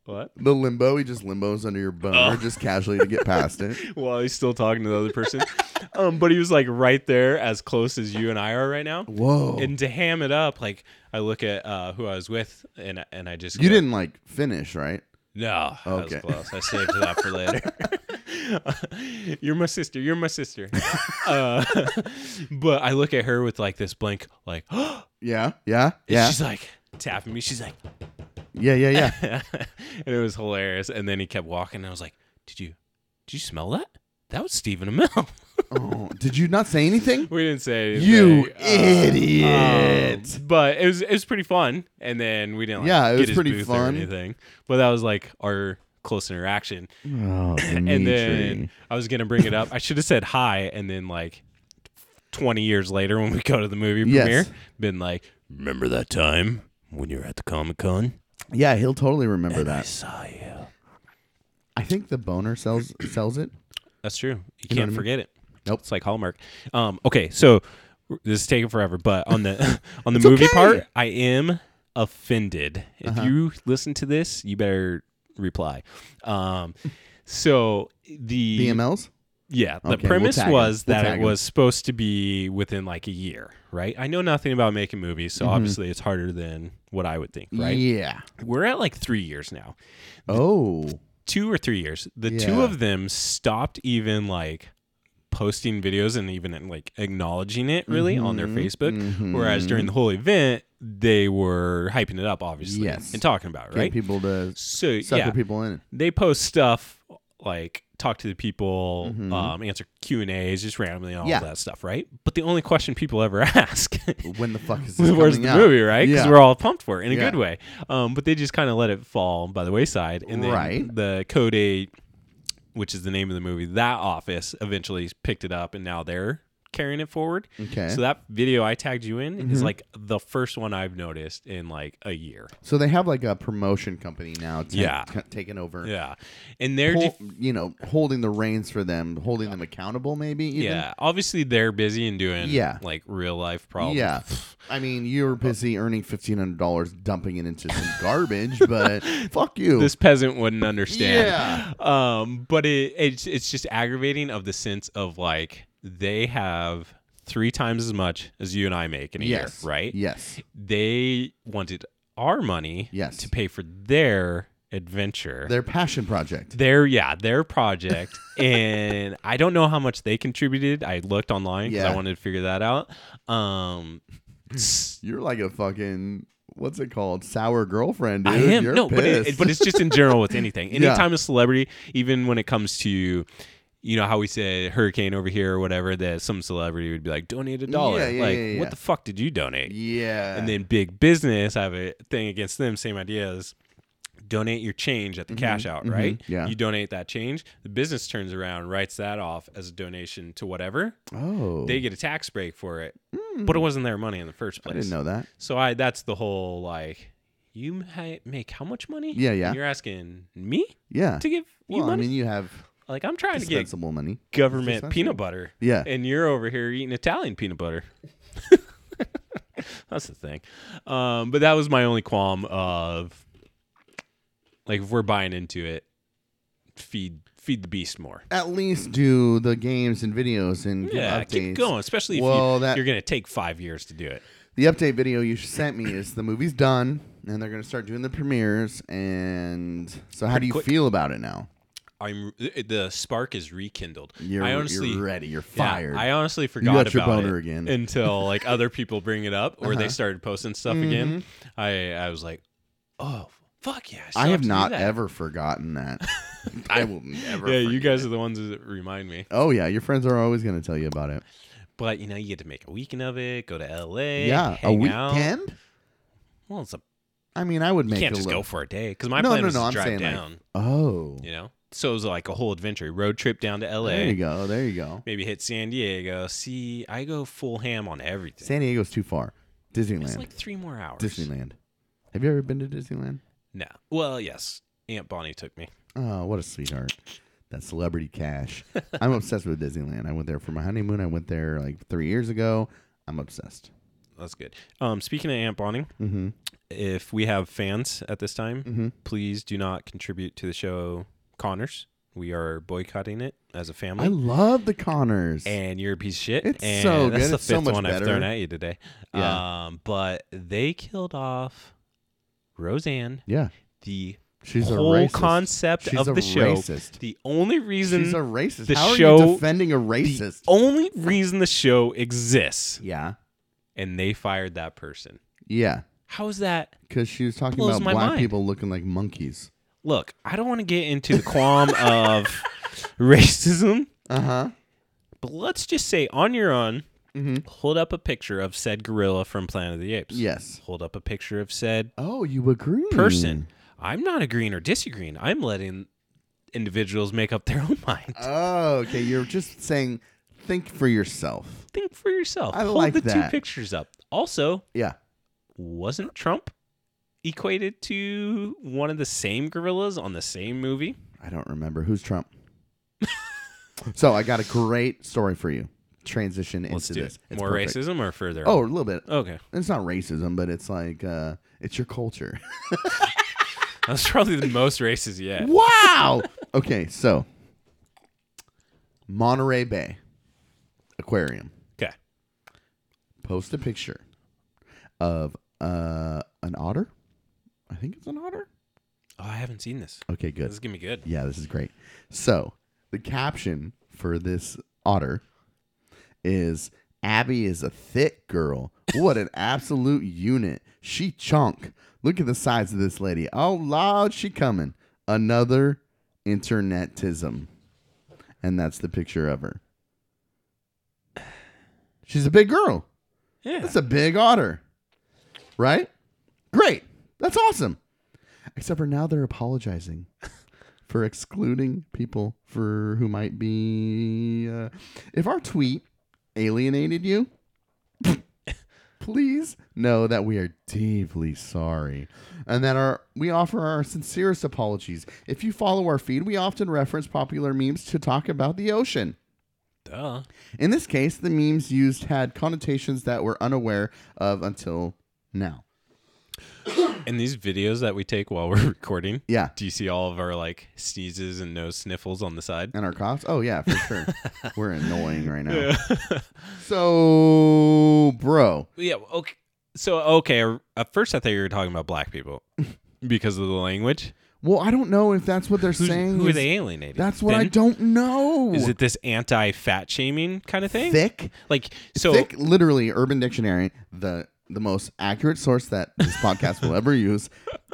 what?
The limbo. He just limbos under your boner,
Oh.
just casually to get past it.
While he's still talking to the other person, um, but he was like right there, as close as you and I are right now.
Whoa!
And to ham it up, like I look at uh, who I was with, and and I just
you
go,
didn't like finish, right?
No,
Okay.
that was close. I saved that for later. you're my sister. You're my sister. uh, but I look at her with like this blank, like, and
Yeah, yeah, yeah,
she's like tapping me. She's like,
yeah, yeah, yeah.
and it was hilarious. And then he kept walking, and I was like, "Did you, did you smell that? That was Stephen Amell."
Oh, did you not say anything?
we didn't say anything.
You
Uh,
idiot!
um, but it was it was pretty fun. And then we didn't. Like,
Yeah, it
get
was
his
pretty
booth or
fun.
anything, but that was like our close interaction.
oh,
and then I was gonna bring it up. I should have said hi, and then like twenty years later, when we go to the movie
Yes.
premiere, been like, remember that time when you were at the Comic Con?
yeah, he'll totally remember
I
that.
saw you.
I think the boner sells sells it.
That's true. You,
know what I
can't
mean?
forget it.
Nope.
It's like Hallmark. Um, okay, so this is taking forever, but on the on the movie
okay. Uh-huh.
part, I am offended. If you listen to this, you better reply. Um, so the
BMLs.
Yeah, the
Okay, we'll
premise
tag 'em.
was
We'll
that
tag
it
'em.
was supposed to be within like a year, right? I know nothing about making movies,
Mm-hmm.
so obviously it's harder than what I would think, right?
Yeah.
We're at like three years now,
Oh.
two or three years. The
Yeah.
two of them stopped even like posting videos and even like acknowledging it really on
Mm-hmm.
their Facebook. Whereas during the whole event, they were hyping it up, obviously,
Yes.
and talking about it,
Get
right?
people to
so
sucker
yeah,
people in.
they post stuff like talk to the people, um, answer Q and A's just randomly, all
Mm-hmm. Yeah.
that stuff, right? But the only question people ever ask
When the fuck is this
where's
coming
the
out?
movie, right? Because
Yeah.
we're all pumped for it in a
Yeah.
good way. Um, but they just kind of let it fall by the wayside, and then
Right.
the Code Eight, which is the name of the movie, that office eventually picked it up, and now they're carrying it forward.
Okay. Mm-hmm.
So that video I tagged you in is like the first one I've noticed in like a year.
So they have like a promotion company now. ta-
Yeah.
ca- taken over.
Yeah, and they're
Hol- you know, holding the reins for them, holding them accountable, maybe. Even.
Yeah, obviously they're busy and doing
Yeah.
like real life problems.
Yeah. I mean, you're busy earning fifteen hundred dollars dumping it into some garbage, but fuck you.
This peasant wouldn't understand.
Yeah.
Um, but it it's it's just aggravating of the sense of like they have three times as much as you and I make in a
yes.
year, right?
Yes.
They wanted our money
Yes.
to pay for their adventure.
Their passion project.
their yeah their project and i don't know how much they contributed i looked online because
Yeah.
i wanted to figure that out um s-
You're like a fucking what's it called? Sour girlfriend, dude.
I am
You're
no, but it-
pissed.
but it's just in general with anything.
Yeah.
Anytime a celebrity, even when it comes to, you know how we say hurricane over here or whatever, that some celebrity would be like donate a dollar.
Yeah, yeah,
like
yeah, yeah, yeah.
what the fuck did you donate?
yeah.
And then big business, I have a thing against them. Same idea as donate your change at the cash out, right?
Mm-hmm, yeah.
You donate that change, the business turns around, writes that off as a donation to whatever.
oh,
They get a tax break for it, but it wasn't their money in the first
Mm. I
place.
didn't know that.
So I that's the whole like you might make how much money?
Yeah, yeah.
And you're asking me
Yeah.
to give you
well, I
money?
mean, you have
like I'm trying to get
dispensable money.
government
dispensable.
peanut butter.
Yeah.
And you're over here eating Italian peanut butter. that's the thing. Um, but that was my only qualm of like if we're buying into it, feed feed the beast more.
At least do the games and videos and give
Yeah,
updates.
keep going, especially if
Well,
you,
that-
you're gonna take five years to do it.
The update video you sent me is the movie's done, and they're going to start doing the premieres. And so, how do you
quick.
feel about it now?
I'm the spark is rekindled.
You're,
I honestly
you're ready. You're
Yeah,
fired.
I honestly forgot
got your
about
boner
it
again. Uh-huh.
until like other people bring it up or they started posting stuff again. I I was like, oh fuck yeah! still
Mm-hmm. I have
to do
not
that."
ever forgotten that. I will never.
Yeah, you
forget.
guys are the ones that remind me.
Oh yeah, your friends are always going to tell you about it.
But you know, you get to make a weekend of it. Go to LA.
yeah, a
hang out.
weekend.
Well, it's a,
I mean, I would
you
make
can't
a
just
little.
go for a day because my
no,
plan
no,
was
no.
to
I'm
drive
saying
down.
like, oh,
you know, so it was like a whole adventure road trip down to LA.
there you go, there you go.
Maybe hit San Diego. See, I go full ham on everything.
San Diego's too far. Disneyland,
it's like three more hours.
Disneyland. Have you ever been to Disneyland?
No. Well, yes. Aunt Bonnie took me.
Oh, what a sweetheart. That celebrity cash. I'm obsessed with Disneyland. I went there for my honeymoon. I went there like three years ago. I'm obsessed.
That's good. Um, speaking of Aunt Bonnie,
Mm-hmm.
if we have fans at this time,
Mhm.
please do not contribute to the show Connors. We are boycotting it as a
I
family.
love the Connors.
and you're a piece of shit.
It's
and
so
That's
good.
the
It's
fifth
so much
one
better.
I've thrown at you today.
Yeah.
Um, but they killed off Roseanne,
yeah,
the
she's
whole
a racist.
concept
She's
of
a
the show.
racist.
The only reason
She's a racist.
the
How are you
show-
defending a
the
racist?
only reason the show exists,
yeah,
and they fired that person.
yeah,
How is that?
because she was talking
Blows
about
my
black
mind.
people looking like monkeys.
Look, I don't want to get into the qualm of racism,
Uh
Uh-huh,
huh.
but let's just say on your own,
Mhm.
hold up a picture of said gorilla from Planet of the Apes.
Yes.
Hold up a picture of said
Oh, you agree?
person.
Hmm.
I'm not agreeing or disagreeing. I'm letting individuals make up their own mind.
Oh, okay. You're just saying, think for yourself.
Think for yourself.
I
Hold
like
the two
that.
pictures up. Also,
Yeah.
wasn't Trump equated to one of the same gorillas on the same movie?
I don't remember. Who's Trump? so I got a great story for you. Transition
Let's
into
do
this.
it. More
perfect.
racism or further?
Oh, a little bit.
okay.
It's not racism, but it's like uh it's your culture.
That's probably the most racist yet.
wow. Okay, so Monterey Bay Aquarium
Okay.
post a picture of uh an otter. I think it's an otter.
Oh, I haven't seen this.
Okay, good.
This is gonna be good.
Yeah, this is great. So the caption for this otter is Abby is a thick girl. What an absolute unit. She chunk. Look at the size of this lady. Oh Lord, she coming. Another internetism. And that's the picture of her. She's a big girl.
Yeah.
That's a big otter. Right? Great. That's awesome. Except for now they're apologizing for excluding people for who might be uh, if our tweet alienated you, please know that we are deeply sorry and that our we offer our sincerest apologies. If you follow our feed, we often reference popular memes to talk about the ocean.
Duh.
In this case, the memes used had connotations that we're unaware of until now.
And these videos that we take while we're recording,
Yeah.
do you see all of our like sneezes and nose sniffles on the side?
And our coughs? Oh, yeah, for sure. we're annoying right now.
Yeah.
So, bro.
Yeah. Okay. So okay. I- At first, I thought you were talking about black people because of the language.
Well, I don't know if that's what they're
Who's-
saying.
who are
is-
they alienating?
That's what I
Thin?
don't know.
Is it this anti-fat shaming kind of thing?
thick?
Like so.
thick, literally, Urban Dictionary, the the most accurate source that this podcast will ever use.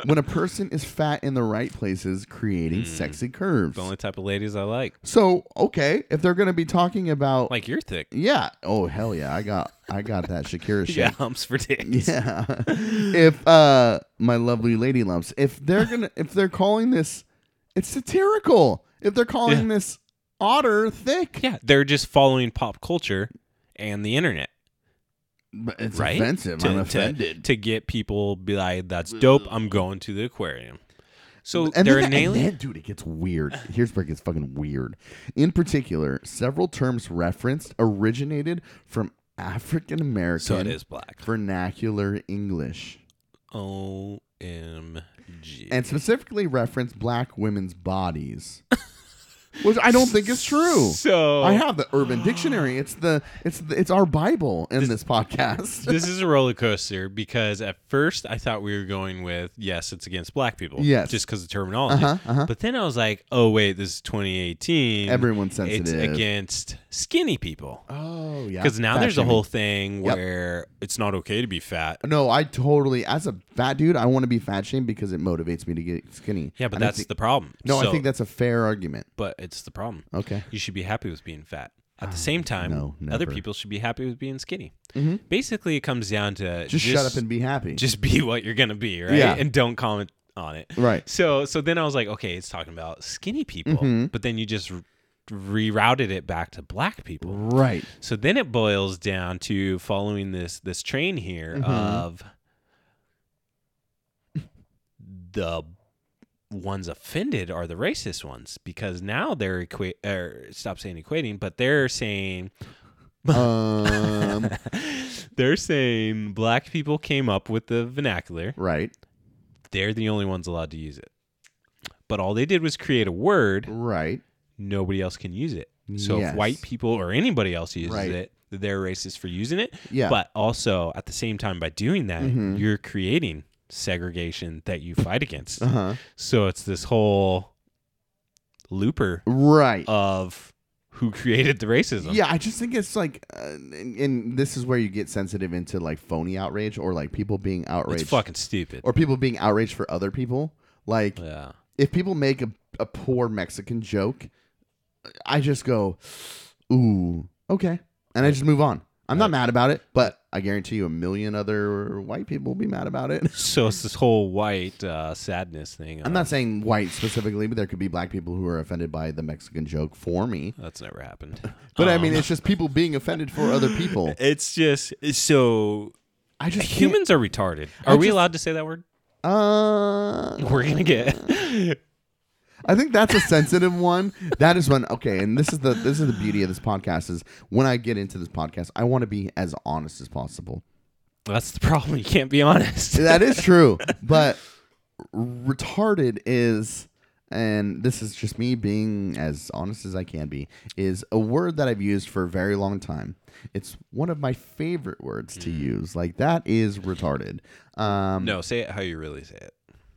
When a person is fat in the right places, creating sexy curves.
The Hmm. only type of ladies I like.
So, okay, if they're going to be talking about
Like you're thick.
Yeah. Oh hell yeah! I got I got that Shakira shit.
Yeah, humps for days.
Yeah. if uh my lovely lady lumps, if they're gonna if they're calling this, it's satirical. If they're calling this otter thick,
Yeah, they're just following pop culture and the internet.
but it's
Right?
offensive.
to,
I'm
to-
offended.
to get people be like, "That's dope. I'm going to the aquarium." So
and
they're
then,
an alien.
and then, dude, it gets weird. Here's where it gets fucking weird. In particular, several terms referenced originated from African American
so it is black.
vernacular English.
O M G.
and specifically reference black women's bodies, which I don't think is true.
So
I have the Urban Dictionary. It's the it's the, it's our Bible in this, podcast.
this is a roller coaster because at first I thought we were going with yes, it's against black people.
Yes.
just because of terminology.
Uh-huh, uh-huh.
But then I was like, oh wait, this is 2018.
Everyone's
it's
sensitive.
against skinny people
oh yeah,
because now
Fat
there's a
shaming.
whole thing
Yep.
where it's not okay to be fat.
No, I totally as a fat dude, I want to be fat shamed because it motivates me to get skinny.
Yeah, but
And I
that's
think-
the problem.
no.
So-
I think that's a fair argument.
but it's the problem.
Okay.
You should be happy with being fat. At the same time,
Oh. Ah, no,
other
never.
people should be happy with being skinny. Basically, it comes down to
Mm-hmm. Just, shut up and be happy.
Uh, just be what you're gonna be, right?
Yeah.
And don't comment on it.
Right.
So so then I was like, okay, it's talking about skinny people,
Mm-hmm.
but then you just r- rerouted it back to black people.
right.
So then it boils down to following this this train here
Mm-hmm.
of the ones offended are the racist ones because now they're equa- er, stop saying equating, but they're saying
Um,
they're saying black people came up with the vernacular.
right.
They're the only ones allowed to use it. But all they did was create a word.
Right.
Nobody else can use it. So
Yes.
if white people or anybody else uses
Right.
it, they're racist for using it.
Yeah. Mm-hmm.
But also at the same time, by doing that, you're creating segregation that you fight against.
Uh huh.
So it's this whole looper
Right.
of who created the racism.
Yeah, I just think it's like, uh, and, and this is where you get sensitive into like phony outrage or like people being outraged
It's fucking stupid.
or people being outraged for other people. Like,
yeah.
if people make a, a poor Mexican joke, I just go, ooh, okay. And I just move on. I'm not mad about it, but I guarantee you a million other white people will be mad about it.
So it's this whole white uh, sadness thing.
I'm
uh,
not saying white specifically, but there could be black people who are offended by the Mexican joke for me.
That's never happened.
But I
Uh, Um,
mean, it's just people being offended for other people.
it's just so
I just can't-
humans are retarded. Are we
just-
allowed to say that word?
Uh,
We're gonna get
I think that's a sensitive one. That is when okay, and this is the this is the beauty of this podcast is when I get into this podcast, I want to be as honest as possible.
That's the problem. You can't be honest.
That is true, but retarded is and this is just me being as honest as I can be is a word that I've used for a very long time. It's one of my favorite words to use. Like that is retarded. Um
No, say it how you really say it.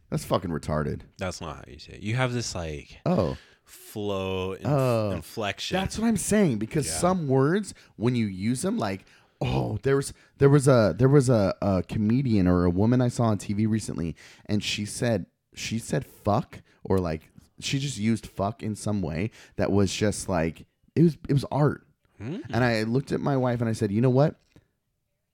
that's fucking retarded.
That's not how you say it. You have this like
Oh.
flow inf-
Oh,
inflection.
That's what I'm saying because some words when you use them like oh there was there was a there was a, a comedian or a woman I saw on TV recently and she said she said fuck or like she just used fuck in some way that was just like it was it was art. And I looked at my wife and I said, "You know what?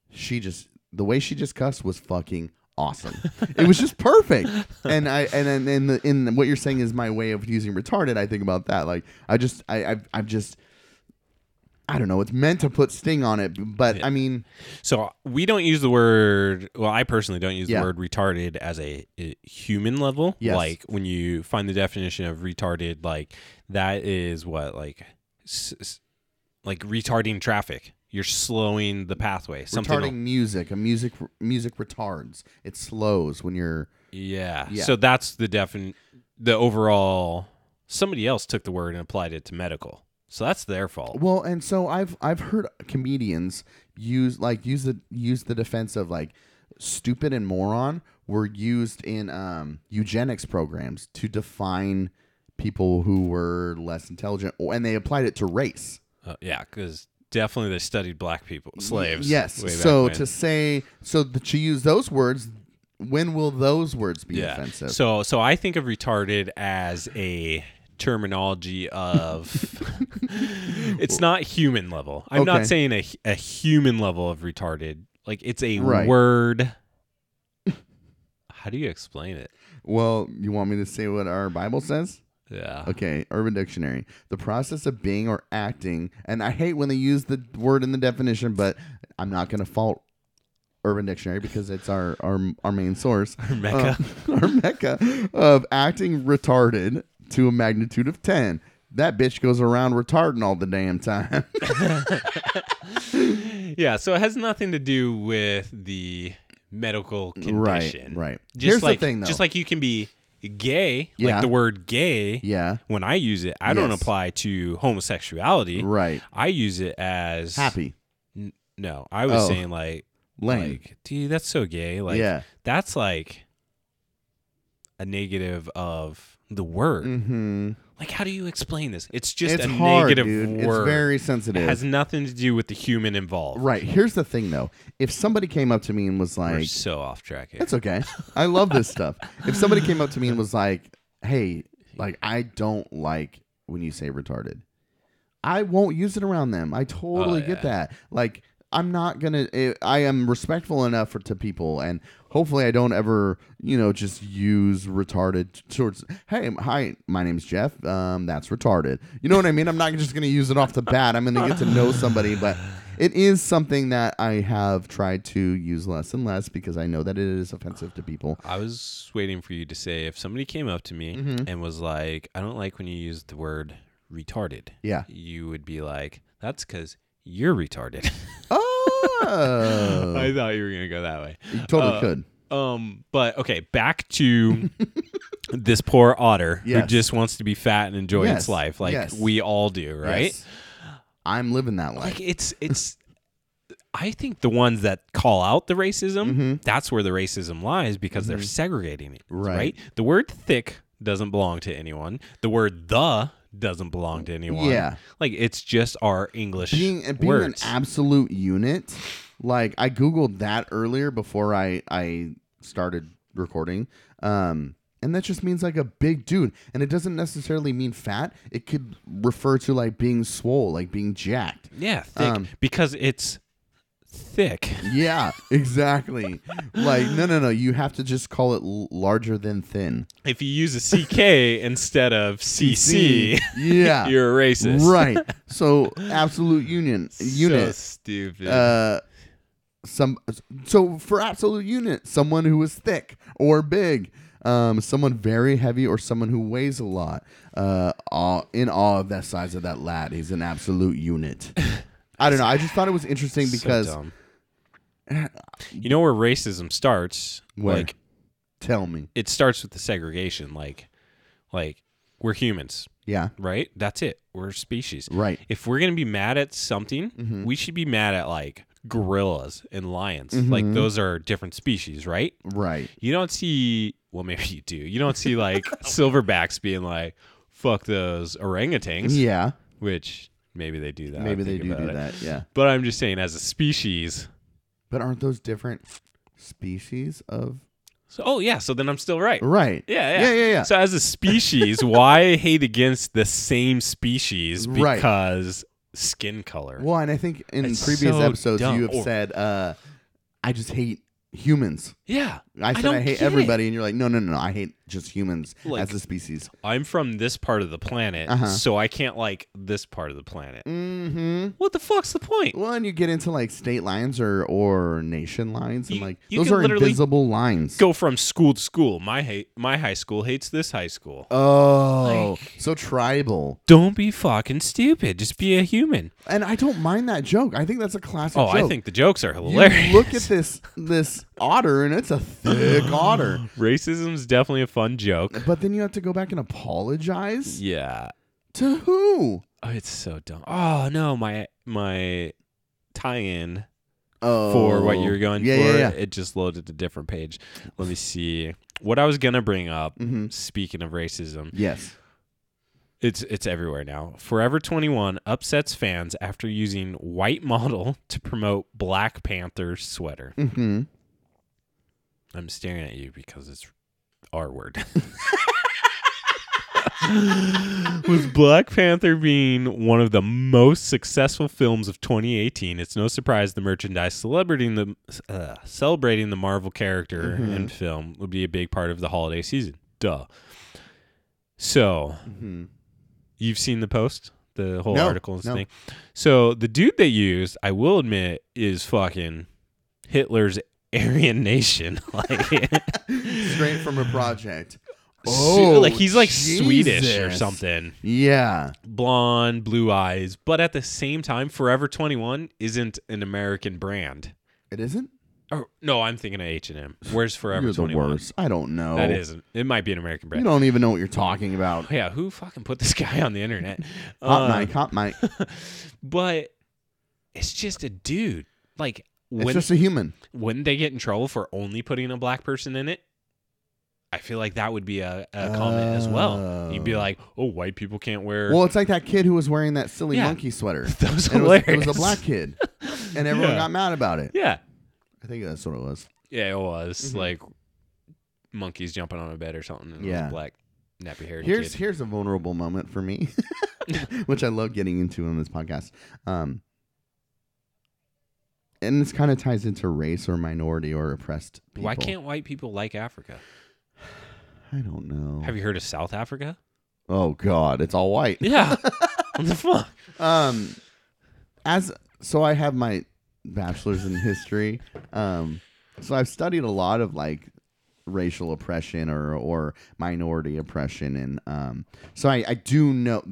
She just the way she just cussed was fucking awesome. it was just perfect. And I and and in the in what you're saying is my way of using retarded. I think about that. Like I just I I've, I've just I don't know. It's meant to put sting on it, but I mean,
so we don't use the word. Well, I personally don't use
Yeah.
the word retarded as a, a human level.
Yes.
Like when you find the definition of retarded, like that is what like s- s- like retarding traffic. You're slowing the pathway. Something.
retarding music. A music music retards. It slows when you're
Yeah.
Yeah.
So that's the defin the overall somebody else took the word and applied it to medical. So that's their fault.
Well, and so I've I've heard comedians use like use the use the defense of like stupid and moron were used in um, eugenics programs to define people who were less intelligent, or, and they applied it to race.
Uh, yeah, cuz definitely they studied black people, slaves. way
Yes.
back
So
when.
to say so that to use those words, when will those words be
yeah.
offensive?
So so I think of retarded as a terminology of it's not human level. I'm
Okay.
not saying a a human level of retarded. Like it's a
Right.
word. How do you explain it?
well, you want me to say what our Bible says?
Yeah.
Okay, Urban Dictionary. The process of being or acting, and I hate when they use the word in the definition, but I'm not going to fault Urban Dictionary because it's our our, our main source. Our
mecca.
our mecca of acting retarded to a magnitude of 10. That bitch goes around retarding all the damn time.
Yeah, so it has nothing to do with the medical condition.
right.
Just
Here's the
like,
thing, though.
Just like you can be gay,
Yeah.
like the word gay,
yeah,
when I use it, I don't
Yes.
apply to homosexuality.
right.
I use it as
Happy,
N- no, I was
Oh.
saying like
lame.
like, dude, that's so gay. Like
Yeah.
that's like a negative of the word.
mm-hmm.
Like how do you explain this? It's just
It's
a
hard,
negative
dude.
word.
It's very
it
sensitive.
has nothing to do with the human involved.
right. Here's the thing, though. If somebody came up to me and was
We're
like,
so off track here.
It's okay. I love this stuff. If somebody came up to me and was like, "Hey, like I don't like when you say retarded," I won't use it around them. I totally get that. Like I'm not gonna. i I am respectful enough for, to people, and hopefully I don't ever, you know, just use retarded t- towards. Hey, m- hi, my name's Jeff. Um, that's retarded. You know what I mean? I'm not just gonna use it off the bat. I'm gonna get to know somebody, but it is something that I have tried to use less and less because I know that it is offensive to people.
I was waiting for you to say if somebody came up to me
Mm-hmm.
and was like, I don't like when you use the word retarded.
Yeah.
You would be like, that's because you're retarded.
Oh,
I thought you were going to go that way.
you totally
Uh,
could.
Um, but okay, back to this poor otter who
Yes.
just wants to be fat and enjoy
Yes,
its life, like
yes.
we all do, right?
Yes. I'm living that life.
Like it's it's. I think the ones that call out the racism,
Mhm.
that's where the racism lies because they're segregating it,
Mm-hmm. Right.
right. The word thick doesn't belong to anyone. The word the doesn't belong to anyone.
Yeah.
like it's just our English
being and being an
words.
absolute unit like i googled that earlier before i i started recording um and that just means like a big dude and it doesn't necessarily mean fat it could refer to like being swole like being jacked
yeah, thick
um,
because it's thick.
yeah exactly like no no no you have to just call it l- larger than thin
If you use a CK instead of CC,
yeah
you're a racist.
right so absolute union unit
So stupid.
Uh, some so for absolute unit, someone who is thick or big, um, someone very heavy or someone who weighs a lot. Uh, aw in awe of that size of that lad, he's an absolute unit. I don't know. I just thought it was interesting
So
because
dumb. you know where racism starts?
Where?
Like
tell me,
it starts with the segregation. Like, like we're humans,
yeah,
right? That's it. We're a species.
right,
If we're gonna be mad at something,
Mm-hmm.
we should be mad at like gorillas and lions.
Mm-hmm.
Like those are different species, right?
right,
You don't see. Well, maybe you do. You don't see like silverbacks being like, "Fuck those orangutans."
yeah.
which maybe they do that. I
Maybe they
think
do
about
do
it.
that, yeah.
But I'm just saying, as a species.
But aren't those different species of
So, oh yeah, so then I'm still right.
right?
Yeah, yeah,
yeah, yeah. yeah.
So as a species, why hate against the same species
Right.
because skin color?
Well, and I think in
It's
previous
so
episodes
dumb.
you have
Or-
said, uh, "I just hate humans."
yeah,
I said I,
don't
hate
get
everybody, and you're like, no, no, no, no, I hate just humans
Like-
as a species.
I'm from this part of the planet,
Uh-huh.
so I can't like this part of the planet.
Mm-hmm.
What the fuck's the point?
Well, and you get into like state lines or or nation lines, and
You-
like
you
those
can
are
literally
invisible lines.
Go from school to school. My hate, my high school hates this high school.
Oh, so tribal,
Don't be fucking stupid. Just be a human.
and I don't mind that joke. I think that's a classic.
Oh, I
joke.
think the jokes are
You
hilarious.
look at this this otter, and it's a thick otter.
Racism's definitely a fun joke.
But then you have to go back and apologize
Yeah.
to who?
Oh, it's so dumb. Oh no, my my tie-in
Oh,
for what you're going
yeah,
for.
Yeah, yeah,
It just loaded a different page. Let me see. What I was gonna bring up,
Mm-hmm.
speaking of racism,
Yes.
it's it's everywhere now. Forever 21 upsets fans after using white model to promote Black Panther sweater.
Mm-hmm.
I'm staring at you because it's R word. With Black Panther being one of the most successful films of 2018, it's no surprise the merchandise celebrating the uh, celebrating the Marvel character
Mhm.
and film would be a big part of the holiday season. Duh. So
Mm-hmm.
you've seen the post, the whole
No,
article and
no.
thing. So the dude they used, I will admit, is fucking Hitler's Aryan nation. like
straight from a project.
Su- like he's like Swedish or
Oh, Jesus.
something.
Yeah.
Blonde, blue eyes, but at the same time, Forever 21 isn't an American brand.
It isn't?
Or no, I'm thinking of H&M. Where's Forever
you're
21?
the worst. I don't know.
That isn't. It might be an American
You
brand.
don't even know what you're talking about.
Yeah, who fucking put this guy on the internet?
Hot
Uh,
mic, hot mic.
But it's just a dude. Like
It's
when
just a human.
wouldn't they get in trouble for only putting a black person in it? I feel like that would be a, a comment as well. You'd be
Oh.
like, "Oh, white people can't wear
Well, it's like that kid who was wearing that silly
Yeah.
monkey sweater.
That was
And it, was,
hilarious.
it was a black kid. And everyone
Yeah.
got mad about it.
Yeah.
I think that's what it was.
Yeah, it was.
Mhm.
Like monkeys jumping on a bed or something. And
Yeah.
yeah. Black nappy haired
Here's
kid.
here's a vulnerable moment for me. which I love getting into on this podcast. Um, and this kind of ties into race or minority or oppressed people.
Why can't white people like Africa?
I don't know.
Have you heard of South Africa?
oh God, it's all white.
Yeah. what the fuck?
Um, as so, I have my bachelor's in history. Um, so I've studied a lot of like racial oppression or or minority oppression, and um, so I, I do know.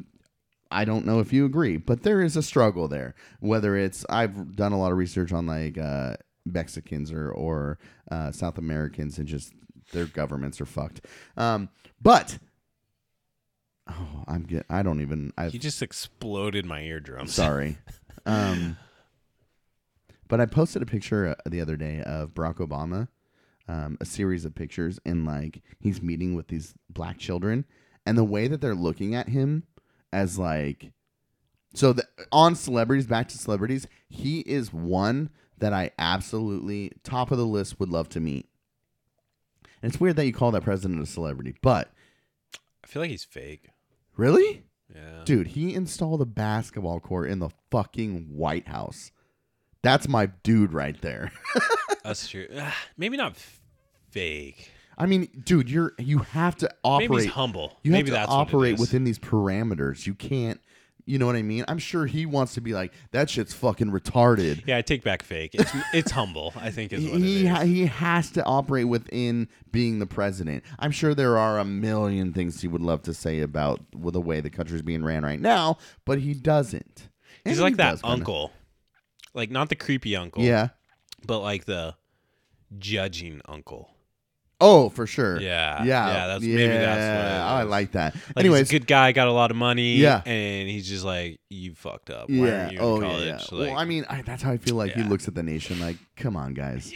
I don't know if you agree, but there is a struggle there. Whether it's I've done a lot of research on like uh, Mexicans or or uh, South Americans and just their governments are fucked. Um, but oh, I'm get I don't even I
You just exploded my eardrums.
Sorry. um, but I posted a picture uh, the other day of Barack Obama, um, a series of pictures, and like he's meeting with these black children, and the way that they're looking at him as like, so the, on celebrities, back to celebrities, he is one that I absolutely top of the list would love to meet. And it's weird that you call that president a celebrity, but
I feel like he's fake.
really?
Yeah.
Dude, he installed a basketball court in the fucking White House. That's my dude right there.
That's true. Ah, Maybe not f- fake.
I mean, dude, you're you have to
Maybe he's
operate.
humble.
You have
Maybe
to
that's what it
operate
is.
within these parameters. You can't. You know what I mean? I'm sure he wants to be like that. Shit's fucking retarded.
Yeah, I take back fake. It's it's humble. I think is what
He
it is.
ha- he has to operate within being the president. I'm sure there are a million things he would love to say about with the way the country's being ran right now, but he doesn't. And
He's
he
like that
does kinda-
uncle, like not the creepy uncle,
Yeah.
but like the judging uncle.
Oh, for sure.
Yeah.
Yeah.
Yeah, that's- maybe that's what it
Yeah, I
is.
like that.
Like
Anyways,
he's a good guy, got a lot of money.
Yeah.
and he's just like, you fucked up. Why
yeah.
aren't you in
Oh,
college?
yeah. yeah.
Like,
well, I mean, I, that's how I feel like
Yeah.
he looks at the nation. Like, come on, guys.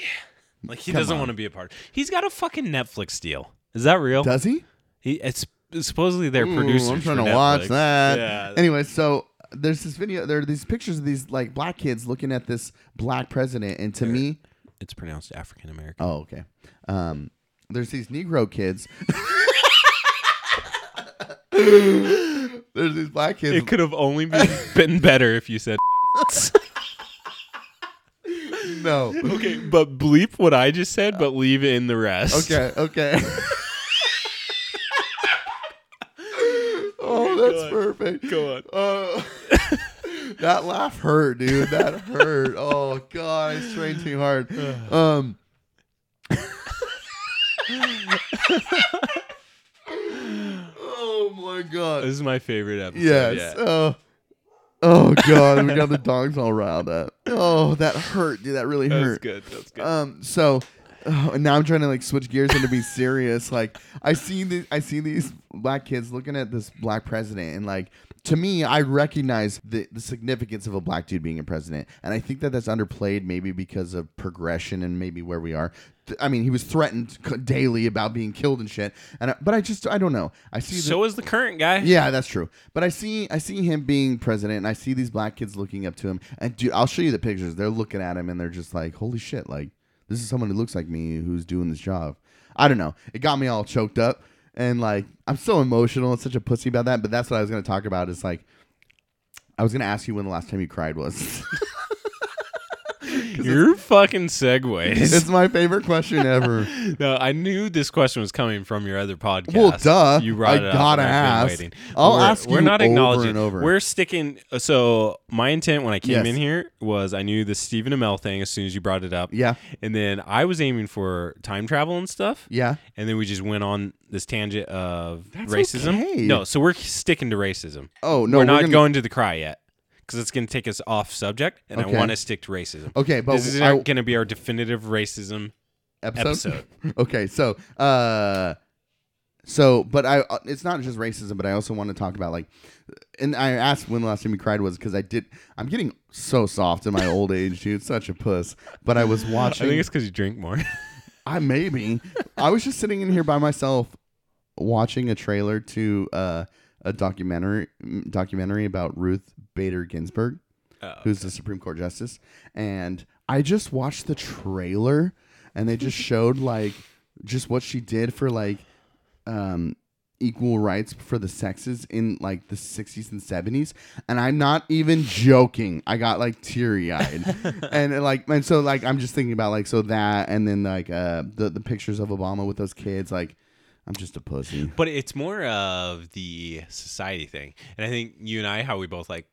like he
come
doesn't
on.
want to be a part. He's got a fucking Netflix deal. Is that real?
Does he?
he, it's supposedly they're
Ooh,
producers.
I'm trying
for
to watch
Netflix.
that.
Yeah.
Anyway, so there's this video. There are these pictures of these like black kids looking at this black president, and to me,
it's pronounced African American.
oh okay. Um, there's these Negro kids. there's these black kids.
It could have only been, been better if you said.
no.
okay, but bleep what I just said, but leave in the rest.
Uh, Okay, okay. oh, that's
on.
perfect.
Go on.
Uh, that laugh hurt, dude. That hurt. Oh god, I strained too hard. Um Oh my god.
This is my favorite episode.
Yes.
yet.
Oh. oh god, we got the dogs all riled up. Oh, that hurt, dude. That really
That's
hurt.
good. That's good.
Um, so oh, and now I'm trying to like switch gears and to be serious. Like I see the I see these black kids looking at this black president, and like to me, I recognize the the significance of a black dude being a president, and I think that that's underplayed maybe because of progression and maybe where we are. Th- I mean, he was threatened c- daily about being killed and shit, and I, but I just I don't know. I see the-
so is the current guy.
yeah, that's true. But I see I see him being president and I see these black kids looking up to him and dude, I'll show you the pictures. They're looking at him and they're just like, "Holy shit, like this is someone who looks like me who's doing this job." I don't know. It got me all choked up and like I'm so emotional and such a pussy about that, but that's what I was going to talk about is like I was going to ask you when the last time you cried was.
Your fucking segues.
it's my favorite question ever.
no, I knew this question was coming from your other podcast.
Well, duh.
You brought
I
it up.
gotta
and I've been
ask.
waiting.
I'll
we're,
ask
We're
you
not
over
acknowledging.
and over.
We're sticking. So my intent when I came
Yes.
in here was I knew the Stephen Amell thing as soon as you brought it up.
Yeah.
And then I was aiming for time travel and stuff.
Yeah.
and then we just went on this tangent of
That's
racism.
okay.
No, so we're sticking to racism.
Oh, no.
we're not
gonna-
going to the cry yet because it's going to take us off subject, and
Okay.
I want to stick to racism.
Okay, but
this is
I-
going to be our definitive racism.
episode. okay, so uh so but I uh, it's not just racism, but I also want to talk about like and I asked when the last time you cried was cuz I did I'm getting so soft in my old age, dude, such a puss. But I was
I think
watching
it's because you drink more.
I maybe I was just sitting in here by myself watching a trailer to uh a documentary documentary about Ruth Bader Ginsburg who's the Supreme Court justice, and I just watched the trailer, and they just showed like just what she did for like um equal rights for the sexes in like the 60s and 70s and i'm not even joking i got like teary-eyed and like and so like i'm just thinking about like so that and then like uh the, the pictures of obama with those kids like i'm just a pussy
But it's more of the society thing. And I think you and I, how we both like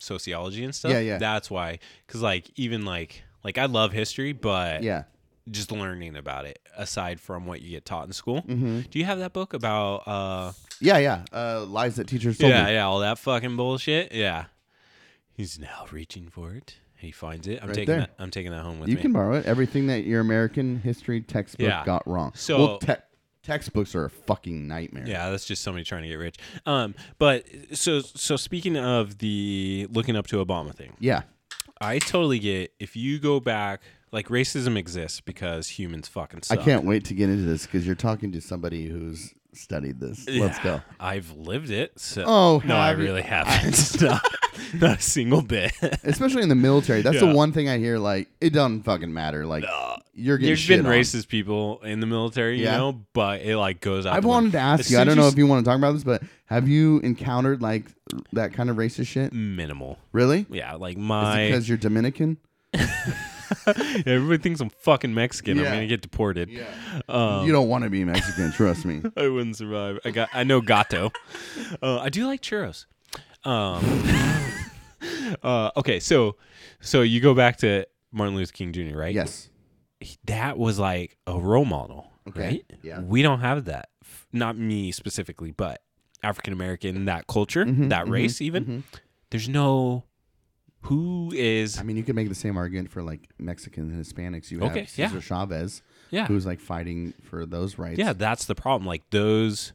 sociology and stuff.
Yeah, yeah.
That's why. Cause like, even like, like I love history, but
yeah
just learning about it aside from what you get taught in school.
Mm.
Do you have that book about, uh,
Mm-hmm. yeah yeah uh lies that teachers told
yeah,
me
yeah, all that fucking bullshit? Yeah. He's now reaching for it. He finds it. I'm
Right
taking
there.
that. I'm taking that home with
you
me.
can borrow it everything that your american history textbook
Yeah.
got wrong
So-
well, te- textbooks are a fucking nightmare
Yeah, that's just somebody trying to get rich. Um, but so so speaking of the looking up to Obama thing,
yeah
I totally get if you go back, like racism exists because humans fucking
I
suck.
can't wait to get into this because you're talking to somebody who's studied this. Let's
Yeah,
go.
I've lived it. So
Oh,
no, I
have you-
really haven't. not, not a single bit.
Especially in the military, that's
Yeah.
the one thing I hear. Like, it doesn't fucking matter. Like, you're getting
There's
shit
been
on.
racist people in the military,
Yeah.
you know, but it like goes out.
I
the window.
wanted to
As
ask you.
soon
I
as
don't know
s-
if you want to talk about this, but have you encountered like that kind of racist shit?
Mm. minimal.
Really?
Yeah, like
Is
my
it because you're Dominican?
everybody thinks I'm fucking Mexican. I'm
Yeah.
gonna get deported. Um,
you don't want to be Mexican. trust me.
I wouldn't survive. I got. I know gato. Uh, I do like churros. Um, uh, okay, so so you go back to Martin Luther King Jr. Right?
Yes.
He- That was like a role model.
Okay,
Right?
yeah.
We don't have that. F- Not me specifically, but African American, that culture,
Mhm,
that
mhm,
race, even.
mhm.
There's no who is
I mean, you could make the same argument for like Mexicans and Hispanics. You have
Okay, yeah.
Cesar Chavez,
yeah
who's like fighting for those rights.
yeah. That's the problem. Like those,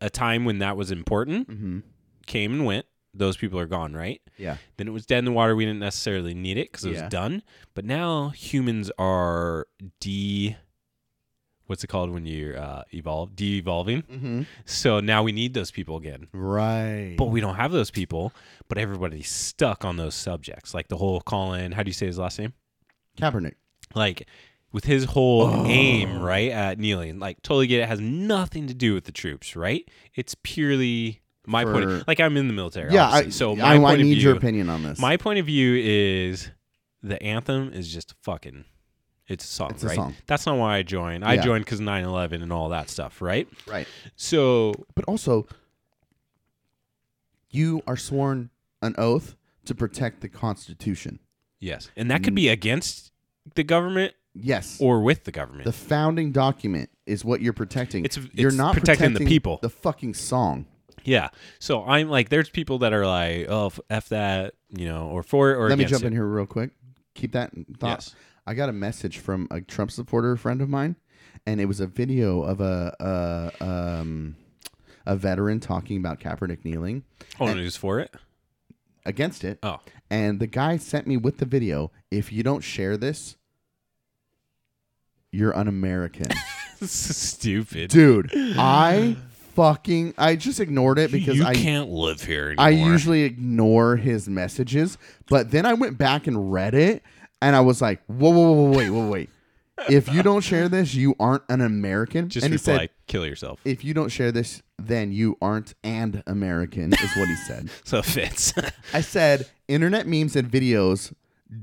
a time when that was important
Mm-hmm.
came and went. Those people are gone, right?
Yeah.
Then it was dead in the water. We didn't necessarily need it because it
Yeah.
was done. But now humans are de. What's it called when you uh, evolve? De evolving.
Mm-hmm.
So now we need those people again.
Right.
But we don't have those people, but everybody's stuck on those subjects. Like the whole Colin, how do you say his last name?
Kaepernick.
Like with his whole
Oh.
aim, right, at kneeling. Like totally get it. has nothing to do with the troops, right? It's purely my
For-
point. Like I'm in the military.
Yeah, I,
obviously, so my
I,
point
I
of
need
view,
your opinion on this.
My point of view is the anthem is just fucking. It's a song,
It's a
right?
song.
That's not why I joined. I
Yeah.
joined because 9 11 and all that stuff, right?
right,
So,
but also, you are sworn an oath to protect the Constitution.
yes. And that
mm.
could be against the government
Yes,
or with the government.
the founding document is what you're protecting.
It's-
you're
it's
not
protecting the people.
The fucking song.
yeah. So I'm like, there's people that are like, oh, f, F that, you know, or for it or
Let me
against
jump
it.
in here real quick. Keep that in thought.
Yes.
I got a message from a Trump supporter friend of mine, and it was a video of a a, um, a veteran talking about Kaepernick kneeling
Oh, and who's for it?
against it.
Oh,
And the guy sent me with the video. If you don't share this, you're un-American,
stupid.
dude. I fucking I just ignored it because
you
I
can't live here anymore.
I usually ignore his messages, but then I went back and read it, and I was like, whoa, whoa, whoa, whoa, wait, whoa, wait. If you don't share this, you aren't an American.
just
and he
reply,
said,
kill yourself.
if you don't share this, then you aren't an American, is what he said.
So it fits.
I said, internet memes and videos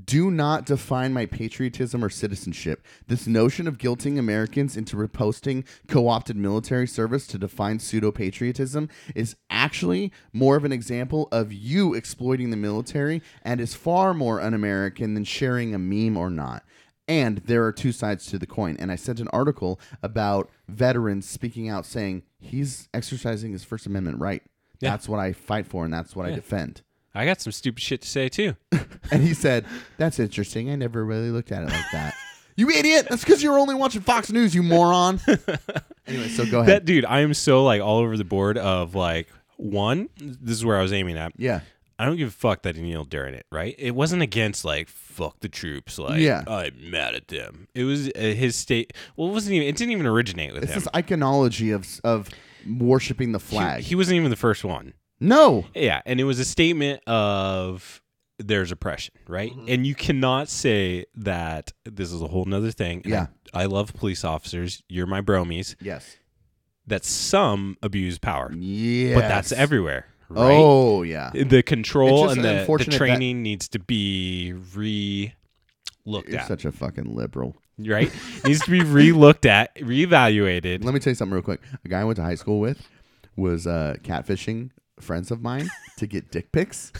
do not define my patriotism or citizenship. This notion of guilting Americans into reposting co opted military service to define pseudo patriotism is actually more of an example of you exploiting the military and is far more un American than sharing a meme or not. And there are two sides to the coin. And I sent an article about veterans speaking out saying he's exercising his First Amendment right.
Yeah.
That's what I fight for and that's what I defend.
I got some stupid shit to say too.
And he said, That's interesting. I never really looked at it like that. you idiot. That's because you're only watching Fox News, you moron. anyway, so go ahead.
that dude i am so like all over the board of like one this is where i was aiming at
yeah.
i don't give a fuck that he kneeled during it right it wasn't against like fuck the troops like
Yeah.
i'm mad at them it was uh, his state well it wasn't even it didn't even originate with
It's
him
this iconology of of worshiping the flag.
he, he wasn't even the first one
no.
yeah and it was a statement of there's oppression right
Mm-hmm.
and you cannot say that this is a whole nother thing and I-
Yeah.
I love police officers. You're my bromies.
Yes.
that some abuse power,
Yeah.
but that's everywhere, right?
Oh yeah.
The control
It's just
and the- the,
unfortunate that-
training needs to be re looked
You're
at,
such a fucking liberal.
right? needs to be re looked at, reevaluated.
Let me tell you something real quick. A guy I went to high school with was uh, catfishing friends of mine to get dick pics,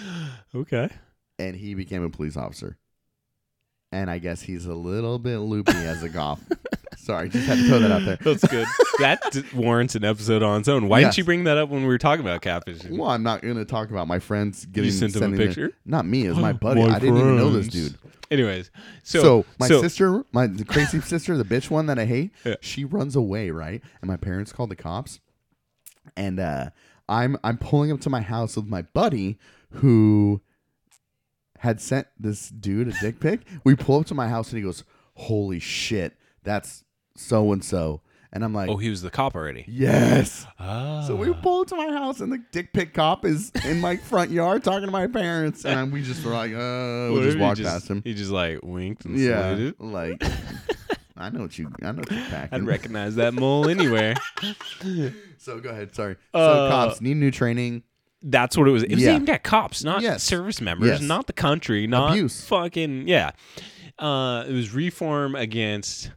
Okay.
and he became a police officer. And I guess he's a little bit loopy as a goth. Sorry, just had to throw that out there.
That's good. that d- warrants an episode on its own. Why
Yes.
didn't you bring that up when we were talking about catfishing?
Well, I'm not going to talk about my friends getting
you sent him a
sending their-
picture.
not me, it was my buddy. I didn't even know this dude.
Anyways, so
So, my
so-
sister, my the crazy sister, the bitch one that I hate,
Yeah.
she runs away, right? And my parents called the cops. And uh I'm I'm pulling up to my house with my buddy who had sent this dude a dick pic. We pull up to my house and he goes, "Holy shit, that's so and so." And I'm like,
Oh, he was the cop already.
"Yes."
Oh.
So we pull up to my house, and the dick pic cop is in my front yard talking to my parents, and we just were like, uh, we just walked past him.
He just like winked and
Yeah,
saluted.
like I know what you, I know what you're packing.
I'd recognize that mole anywhere.
So go ahead. Sorry.
Uh,
so cops need new training.
That's what it was. It was
Yeah.
aimed at cops, not
Yes.
service members,
Yes.
not the country, not
Abuse.
fucking yeah. Uh, it was reform against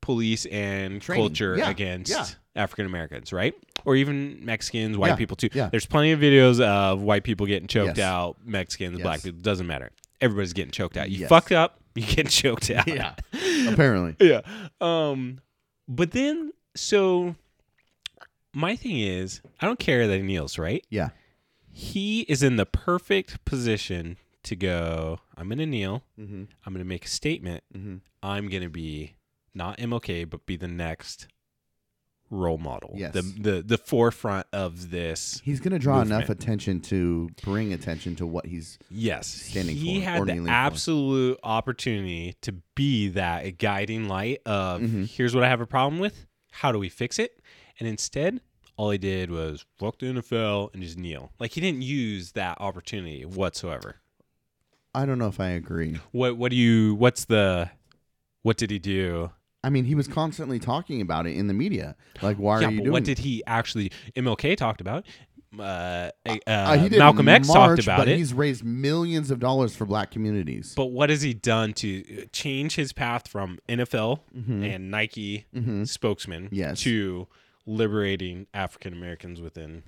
police and
Training.
culture
Yeah.
against
Yeah.
African Americans, right? Or even Mexicans, white
Yeah.
people too.
Yeah.
There's plenty of videos of white people getting choked
Yes.
out, Mexicans, black
Yes.
people, doesn't matter. Everybody's getting choked out. You
Yes.
fuck up, you get choked out.
Yeah. Apparently,
yeah. Um, but then so my thing is, I don't care that he kneels, right?
Yeah.
He is in the perfect position to go. I'm gonna kneel.
mm-hmm.
I'm gonna make a statement.
Mm-hmm.
I'm gonna be not MLK, but be the next role model.
Yes.
The the the forefront of this.
he's gonna draw enough
Movement.
attention to bring attention to what he's.
Yes.
Standing
he
for
had
or
the
kneeling for.
absolute opportunity to be that guiding light of
Mhm.
here's what I have a problem with. How do we fix it? And instead, all he did was fuck the NFL and just kneel. Like he didn't use that opportunity whatsoever.
I don't know if I agree.
What what do you what's the what did he do?
I mean, he was constantly talking about it in the media. Like, why
yeah,
are you
but
doing?
what did he actually MLK talked about? Uh, uh,
Uh, he did
Malcolm X
march,
talked about
but
it.
He's raised millions of dollars for black communities.
But what has he done to uh, change his path from NFL and Nike
mm-hmm.
spokesman
Yes.
to liberating African Americans within.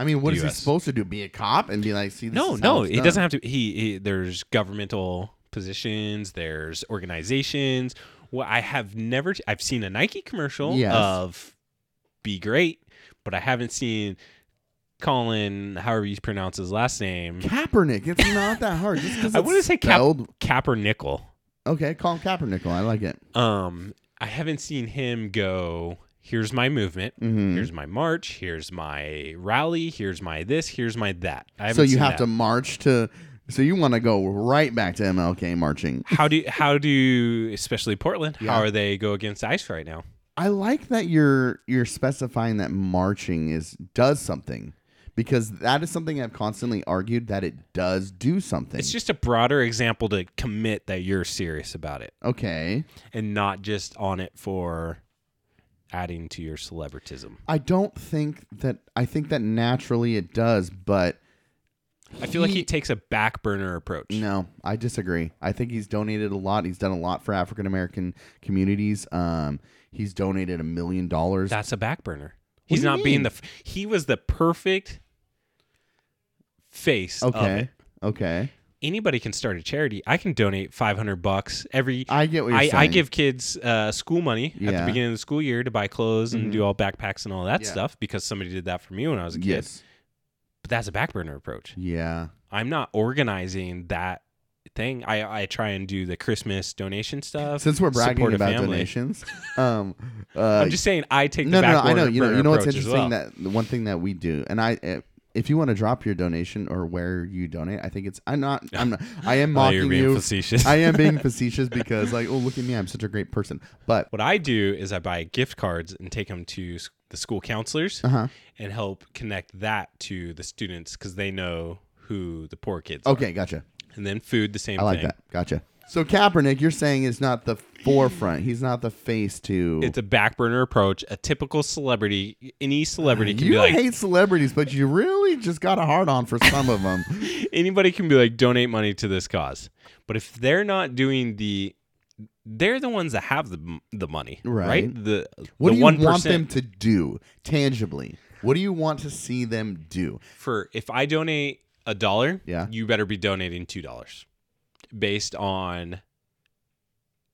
I mean, what
the
is
US.
he supposed to do? Be a cop and be like, see, this
no,
is how
no,
it's
he
done.
doesn't have to. He, he there's governmental positions, there's organizations. Well, I have never. I've seen a Nike commercial
Yes.
of "Be Great," but I haven't seen Colin, however you pronounce his last name.
Kaepernick. It's not that hard. Just 'cause
I
it's
wanna say Cap-
spelled-
Capper Nickel.
Okay, call him Kaepernick. I like it.
Um, I haven't seen him go. Here's my movement.
Mhm.
Here's my march. Here's my rally. Here's my this. Here's my that. I
So
haven't
you
seen
have
that.
to march to. So you want to go right back to MLK marching.
How do how do especially Portland?
Yeah.
How are they go against ICE right now?
I like that you're you're specifying that marching is does something because that is something I've constantly argued that it does do something.
It's just a broader example to commit that you're serious about it
okay.
and not just on it for adding to your celebritism.
I don't think that I think that naturally it does, but
I feel like he
He-
takes a back burner approach.
No, I disagree. I think he's donated a lot. He's done a lot for African American communities. Um, he's donated a million dollars.
That's a back burner.
What
He's
do you
not being
mean?
the. f- He was the perfect face. of
Okay,
it.
okay.
Anybody can start a charity. I can donate five hundred bucks every.
I get what you're
I,
saying.
I give kids uh, school money at the
Yeah.
beginning of the school year to buy clothes and
Mhm.
do all backpacks and all that
Yeah.
stuff because somebody did that for me when I was a kid.
yes.
But that's a back burner approach.
Yeah.
I'm not organizing that thing. I, I try and do the Christmas donation stuff.
Since we're bragging
support a
about
family.
donations, um, uh,
I'm just saying I take
no,
the
no, no.
back
I know.
burner-
You know.
burner
You know what's
approach as
interesting?
well.
That the one thing that we do, and I. uh if you want to drop your donation or where you donate, I think it's. I'm not. I'm not. I am
Oh,
mocking
you're being
you.
facetious.
I am being facetious because, like, oh look at me, I'm such a great person. But
What I do is I buy gift cards and take them to s- the school counselors
Uh-huh.
and help connect that to the students because they know who the poor kids are.
okay, gotcha.
And then food, the same
I like
thing.
that. Gotcha. So Kaepernick, you're saying is not the forefront. He's not the face to.
It's a back burner approach. A typical celebrity, any celebrity can
Uh, you
be like,
hate celebrities, but you really just got a hard on for some of them.
anybody can be like, donate money to this cause. But if they're not doing the, they're the ones that have the the money, right?
Right.
The
What
the
do you
one
want them to do tangibly? What do you want to see them do?
for if I donate a dollar,
Yeah.
you better be donating two dollars, based on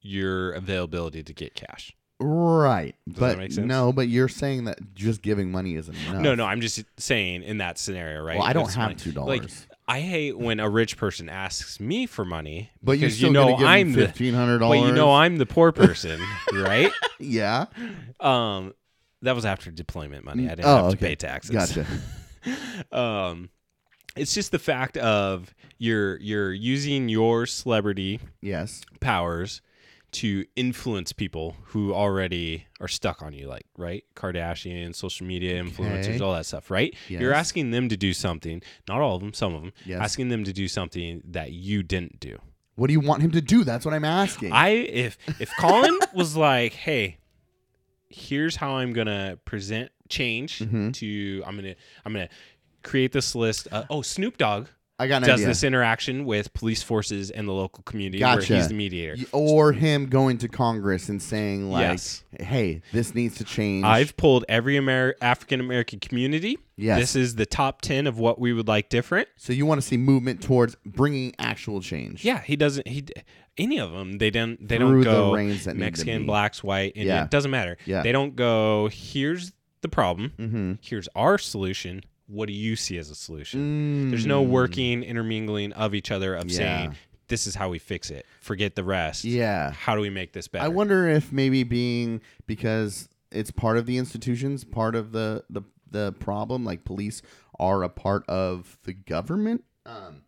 your availability to get cash.
Right,
that
but
make sense?
no, but you're saying that just giving money isn't enough.
No, no, I'm just saying in that scenario, right?
Well, I don't
It's
have
like-
two
Like,
dollars,
I hate when a rich person asks me for money,
but you're
because
still
you know
gonna give
I'm the
fifteen hundred
but
dollars.
you know I'm the poor person, right?
yeah,
Um, that was after deployment money. I didn't
Oh,
have to
okay.
pay taxes.
gotcha.
Um, it's just the fact of you're you're using your celebrity
yes,
powers to influence people who already are stuck on you, like right, Kardashian, social media influencers,
Okay.
all that stuff, right? You're
Yes.
asking them to do something. Not all of them, some of them.
Yes.
Asking them to do something that you didn't do.
what do you want him to do? That's what I'm asking.
I if if Colin was like, "Hey, here's how I'm gonna present change
Mhm.
to I'm gonna I'm gonna create this list." Uh, oh, Snoop Dogg
I got an
does
idea.
this interaction with police forces and the local community
Gotcha.
where he's the mediator.
Y- or him going to Congress and saying like,
Yes.
"Hey, this needs to change."
I've pulled every Amer- African American community.
Yes.
This is the top 10 of what we would like different.
so you want to see movement towards bringing actual change?
Yeah, he doesn't he d- any of them they don't they
Through
don't
the
go
reins that need to
Mexican,
be.
blacks, white, Indian,
Yeah.
it doesn't matter.
Yeah.
They don't go here's the problem.
Mm-hmm.
here's our solution. What do you see as a solution? There's no working, intermingling of each other, of
Mm. Yeah.
saying, this is how we fix it. Forget the rest.
Yeah.
How do we make this better?
I wonder if maybe being because it's part of the institutions, part of the the, the problem. Like police are a part of the government. Um,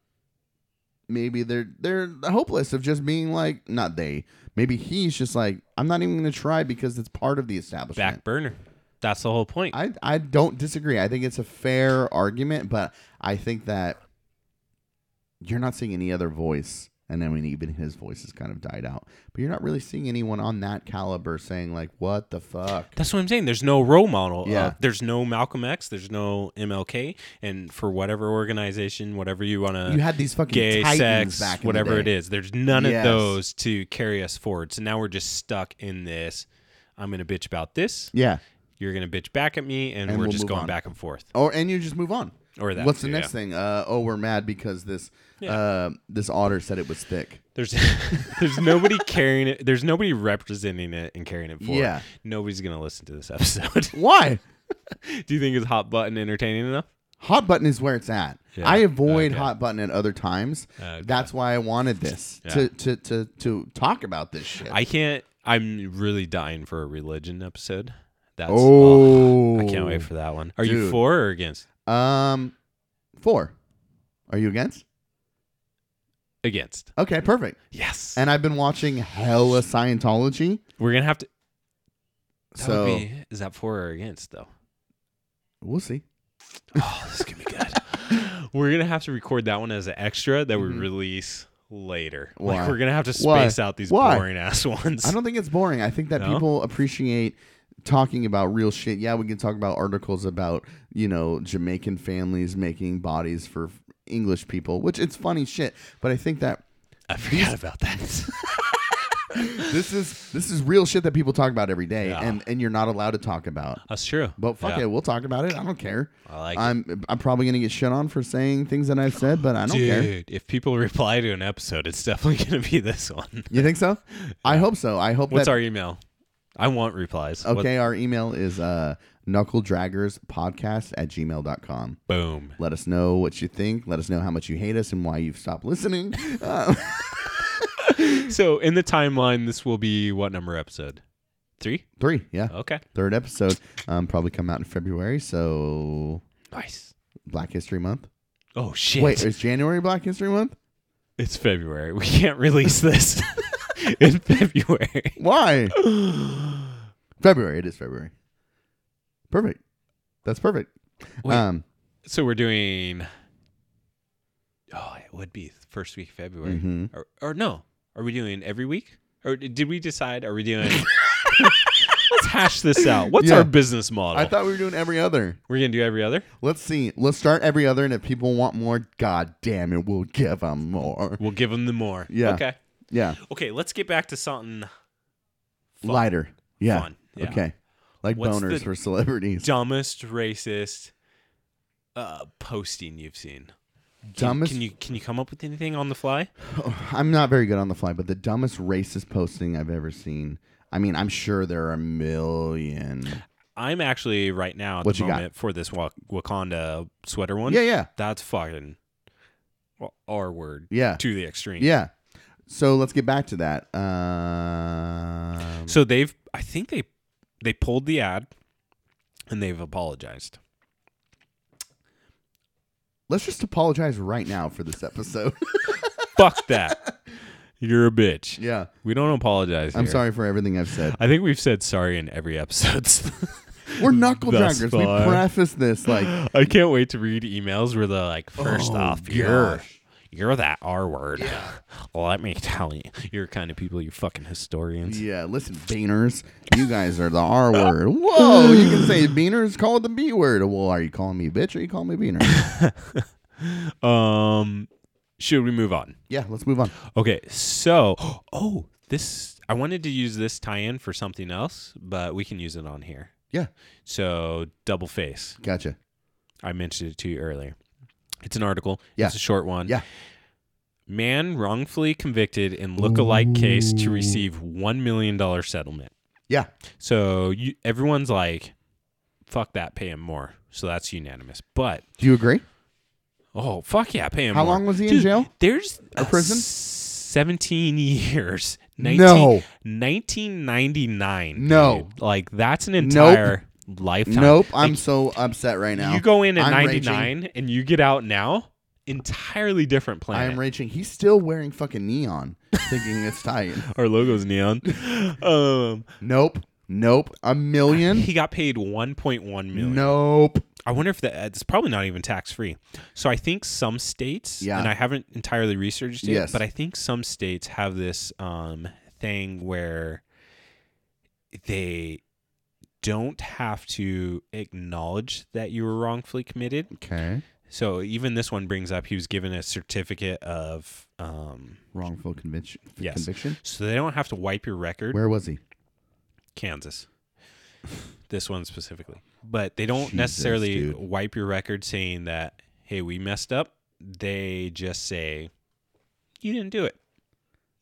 maybe they're they're hopeless of just being like not they. Maybe he's just like I'm not even going to try because it's part of the establishment.
Back burner. That's the whole point.
I I don't disagree. I think it's a fair argument, but I think that you're not seeing any other voice. And I mean, even his voice has kind of died out. But you're not really seeing anyone on that caliber saying like, "What the fuck?"
That's what I'm saying. There's no role model.
Yeah.
Uh, there's no Malcolm X. There's no MLK. And for whatever organization, whatever you want
you
to,
had these fucking
Uh, gay,
titans
sex,
back in
whatever
the
it
day.
is, there's none
Yes.
of those to carry us forward. So now we're just stuck in this. I'm going to bitch about this.
Yeah.
You're going to bitch back at me. And,
And
we're
we'll
just
move
going
on.
back and forth.
Or and you just move on.
Or that.
What's the
too,
next
yeah.
thing? Uh, oh, we're mad because this
Yeah.
uh, this otter said it was thick.
There's there's nobody carrying it. There's nobody representing it and carrying it forward.
Yeah.
Nobody's gonna listen to this episode.
Why?
Do you think it's hot button entertaining enough?
Hot button is where it's at.
Yeah.
I avoid
Okay.
hot button at other times.
Okay.
That's why I wanted this
Yeah.
to, to to to talk about this shit.
I can't. I'm really dying for a religion episode. That's
oh,
I can't wait for that one. Are you
Dude.
for or against?
Um, four. Are you against?
Against.
Okay, perfect.
Yes.
And I've been watching hella Scientology.
We're gonna have to. That
So
would be, is that for or against though?
we'll see.
Oh, this is gonna be good. we're gonna have to record that one as an extra that we release later.
Mm-hmm. Why?
Like we're gonna have to
Why?
space out these
Why?
boring ass ones.
I don't think it's boring. I think that
No?
people appreciate talking about real shit. Yeah, we can talk about articles about, you know, Jamaican families making bodies for English people, which it's funny shit. But I think that
I forgot about that.
this is this is real shit that people talk about every day
Yeah.
and, and you're not allowed to talk about.
That's true.
But fuck it, we'll talk about it. I don't care.
I like it.
I'm I'm probably gonna get shit on for saying things that I've said, but I don't care.
Dude, if people reply to an episode, it's definitely going to be this one.
You think so? I hope so. I hope
What's
that
our email? I want replies. What-
okay. Our email is uh knuckledraggerspodcast at gmail.com.
boom.
Let us know what you think. Let us know how much you hate us and why you've stopped listening. Uh,
So in the timeline, this will be what number episode? Three?
three, yeah,
Okay.
third episode. Um, probably come out in February. So
Nice.
Black History Month.
Oh, shit.
Wait, is January Black History Month?
It's February. We can't release this in February.
Why? February. It is February. Perfect. That's perfect.
Wait.
Um,
So we're doing. Oh, it would be the first week of February.
Mhm.
Or, or no. Are we doing every week? Or d- did we decide? Are we doing. Let's hash this out. What's
Yeah.
our business model?
I thought we were doing every other.
We're going to do every other?
Let's see. Let's start every other, and if people want more, god damn it, we'll give them more.
We'll give them the more.
Yeah.
Okay.
Yeah,
Okay, let's get back to something Fun.
lighter. Yeah.
fun. Yeah.
Okay. Like
What's
boners
the-
for celebrities.
Dumbest racist uh, posting you've seen. Can-
Dumbest-
Can you can you come up with anything on the fly?
I'm not very good on the fly, but the dumbest racist posting I've ever seen. I mean, I'm sure there are a million.
I'm actually right now at
What
the
you got?
moment for this Wak- Wakanda sweater one.
Yeah, yeah,
That's fucking well, R word
yeah,
to the extreme.
yeah. So let's get back to that. Um,
So they've I think they they pulled the ad and they've apologized.
let's just apologize right now for this episode.
Fuck that. You're a bitch.
yeah,
We don't apologize.
I'm
here.
sorry for everything I've said.
I think we've said sorry in every episode.
We're knuckle
Thus
draggers.
far.
We preface this like
I can't wait to read emails where they're like, first
Oh,
off, you're
gosh.
you're that R word. Let me tell you, you're kind of people, you fucking historians.
Yeah, listen, beaners. You guys are the R word. Whoa, you can say beaners, call it the B word. Well, are you calling me bitch or are you calling me beaner?
Um, should we move on?
yeah, let's move on.
Okay, so oh, this I wanted to use this tie-in for something else, but we can use it on here.
Yeah.
So double face.
Gotcha.
I mentioned it to you earlier. It's an article.
Yeah.
It's a short one.
Yeah.
Man wrongfully convicted in look-alike case to
Ooh.
receive one million dollar settlement.
Yeah.
So you, everyone's like, "Fuck that, pay him more." So that's unanimous. But
Do you agree?
oh fuck yeah, pay him.
How
more.
long was he in
Dude,
jail?
There's
Or
a
prison?
Seventeen years. 19,
No.
1999.
No.
dude. Like that's an
Nope.
entire lifetime.
Nope.
Like,
I'm so upset right now.
you go in at
I'm
99 and you get out now, entirely different
I
planet.
am raging. He's still wearing fucking neon, thinking it's tight.
Our logo's neon. um,
Nope. Nope. A million.
he got paid 1.1 million.
Nope.
I wonder if that it's probably not even tax free. So I think some states,
Yeah.
and I haven't entirely researched it,
Yes.
but I think some states have this um, thing where they don't have to acknowledge that you were wrongfully committed.
Okay.
So even this one brings up he was given a certificate of um,
Wrongful conviction.
Yes.
Conviction.
So they don't have to wipe your record.
Where was he?
Kansas. This one specifically. But they don't
Jesus,
necessarily
dude.
wipe your record saying that, hey, we messed up. They just say, you didn't do it.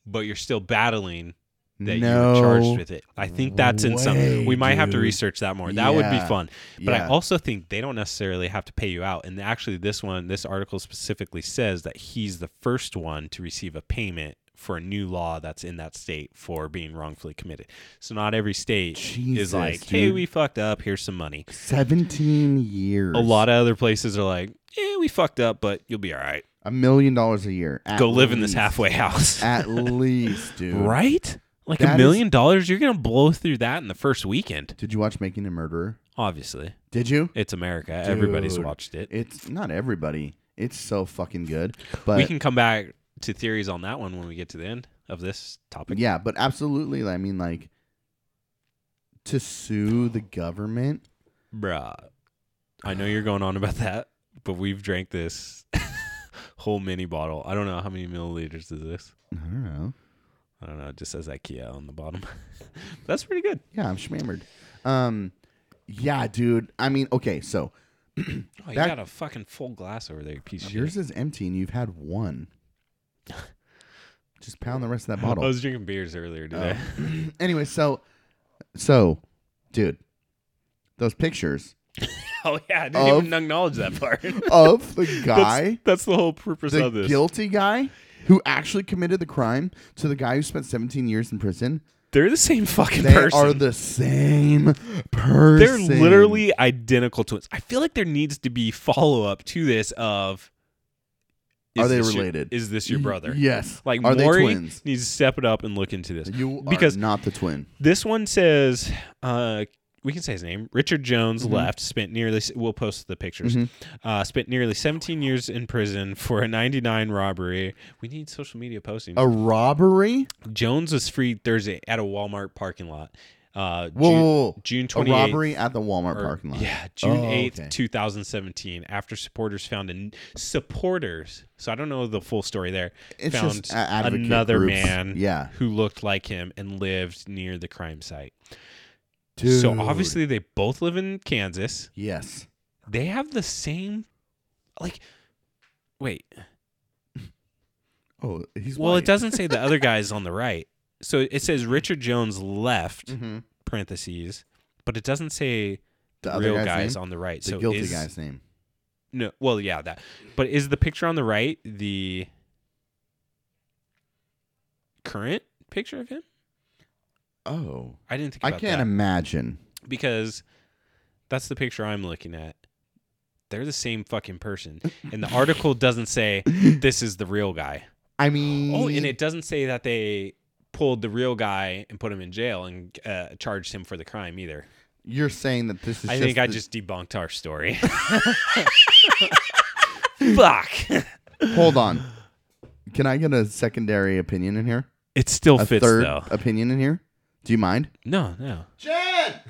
But you're still battling that
no.
you were charged with it. I think that's in some.
way,
We might have to
dude.
research that more. That would be
Yeah.
fun. But I
Yeah.
also think they don't necessarily have to pay you out. And actually, this one, this article specifically says that he's the first one to receive a payment for a new law that's in that state for being wrongfully committed. So not every state is
Jesus,
like, hey,
dude.
we fucked up. Here's some money.
Seventeen years.
A lot of other places are like, eh, we fucked up, but you'll be all right.
A million dollars a year. at
Go live in this
least.
halfway house.
At least, dude.
right? Like
That
a
is-
million dollars, you're going to blow through that in the first weekend,
Did you watch Making a Murderer?
obviously.
Did you?
It's America. Everybody's
Dude.
watched it.
It's not everybody. It's so fucking good. But
we can come back to theories on that one when we get to the end of this topic.
yeah, but absolutely. I mean, like, to sue the government.
Bruh. I know you're going on about that, but we've drank this whole mini bottle. I don't know how many milliliters is this.
I don't know.
I don't know. It just says IKEA on the bottom. That's pretty good.
Yeah, I'm shmammered. Um, yeah, dude. I mean, okay, so
Oh, you
That-
got a fucking full glass over there, you piece of
yours
shit.
is empty and you've had one. Just pound the rest of that
I
bottle.
was drinking beers earlier today.
Oh. anyway, so, so, dude, those pictures
Oh, yeah. I didn't
Of-
even acknowledge that part.
of the
that's,
guy,
that's the whole purpose
the
of this.
guilty guy who actually committed the crime, to the guy who spent 17 years in prison.
They're the same fucking
They
person.
are the same person.
They're literally identical twins. I feel like there needs to be follow up to this of
Are
is
they
this your-
related?
is this your brother?
Yes.
Like
are
Maury
they twins?
needs to step it up and look into this.
You
because-
are not the twin.
This one says uh, we can say his name. Richard Jones
Mm-hmm.
left. Spent nearly. We'll post the pictures. Uh, spent nearly 17 years in prison for a 99 robbery. We need social media posting.
A robbery?
Jones was freed Thursday at a Walmart parking lot. Uh,
Whoa, whoa,
June,
whoa.
June
a
28th.
robbery at the Walmart parking lot.
Yeah, June
Oh,
8th,
okay.
2017, after supporters found an supporters, so I don't know the full story there,
It's
found
just a- advocate
another
groups.
man
Yeah,
who looked like him and lived near the crime site.
dude.
So obviously they both live in Kansas.
yes.
They have the same like wait.
Oh, he's
Well, it doesn't say the other guy's on the right. So it says Richard Jones left
hmm
parentheses, but it doesn't say
The
the
other
real
guy's
guy's,
name?
on the right.
The
so
guilty
is,
guy's name.
No, well, yeah, that. But is the picture on the right the current picture of him?
Oh,
I didn't think
I
about
can't
that
imagine.
because that's the picture I'm looking at. They're the same fucking person, and the article doesn't say this is the real guy.
I mean,
Oh, and it doesn't say that they pulled the real guy and put him in jail and uh, charged him for the crime either.
you're saying that this is.
I
just
think I
the-
just debunked our story. Fuck.
hold on. Can I get a secondary opinion in here?
It still
A
fits
third
though.
opinion in here? Do you mind?
No, no.
Jen.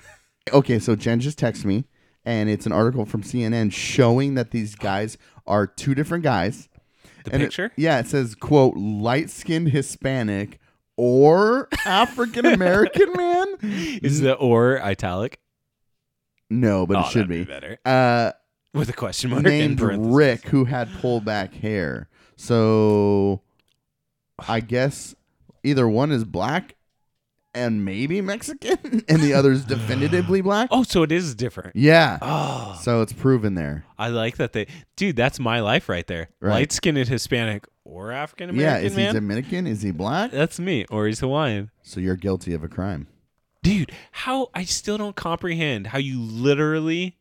Okay, so Jen just texted me, and it's an article from CNN showing that these guys are two different guys.
The
And it-
picture?
yeah, it says quote light skinned Hispanic or African American man.
Is the or italic?
No, but
Oh,
it should
that'd
be.
better.
Uh,
With a question mark in
named
parentheses.
Rick who had pull back hair. So I guess either one is black and maybe Mexican, and the other's definitively black.
Oh, so it is different.
Yeah.
Oh,
So it's proven there.
I like that they Dude, that's my life right there.
Right.
Light skinned Hispanic or African
yeah,
American
is
man.
he Dominican? Is he black?
that's me or he's Hawaiian.
So you're guilty of a crime.
Dude, how I still don't comprehend how you literally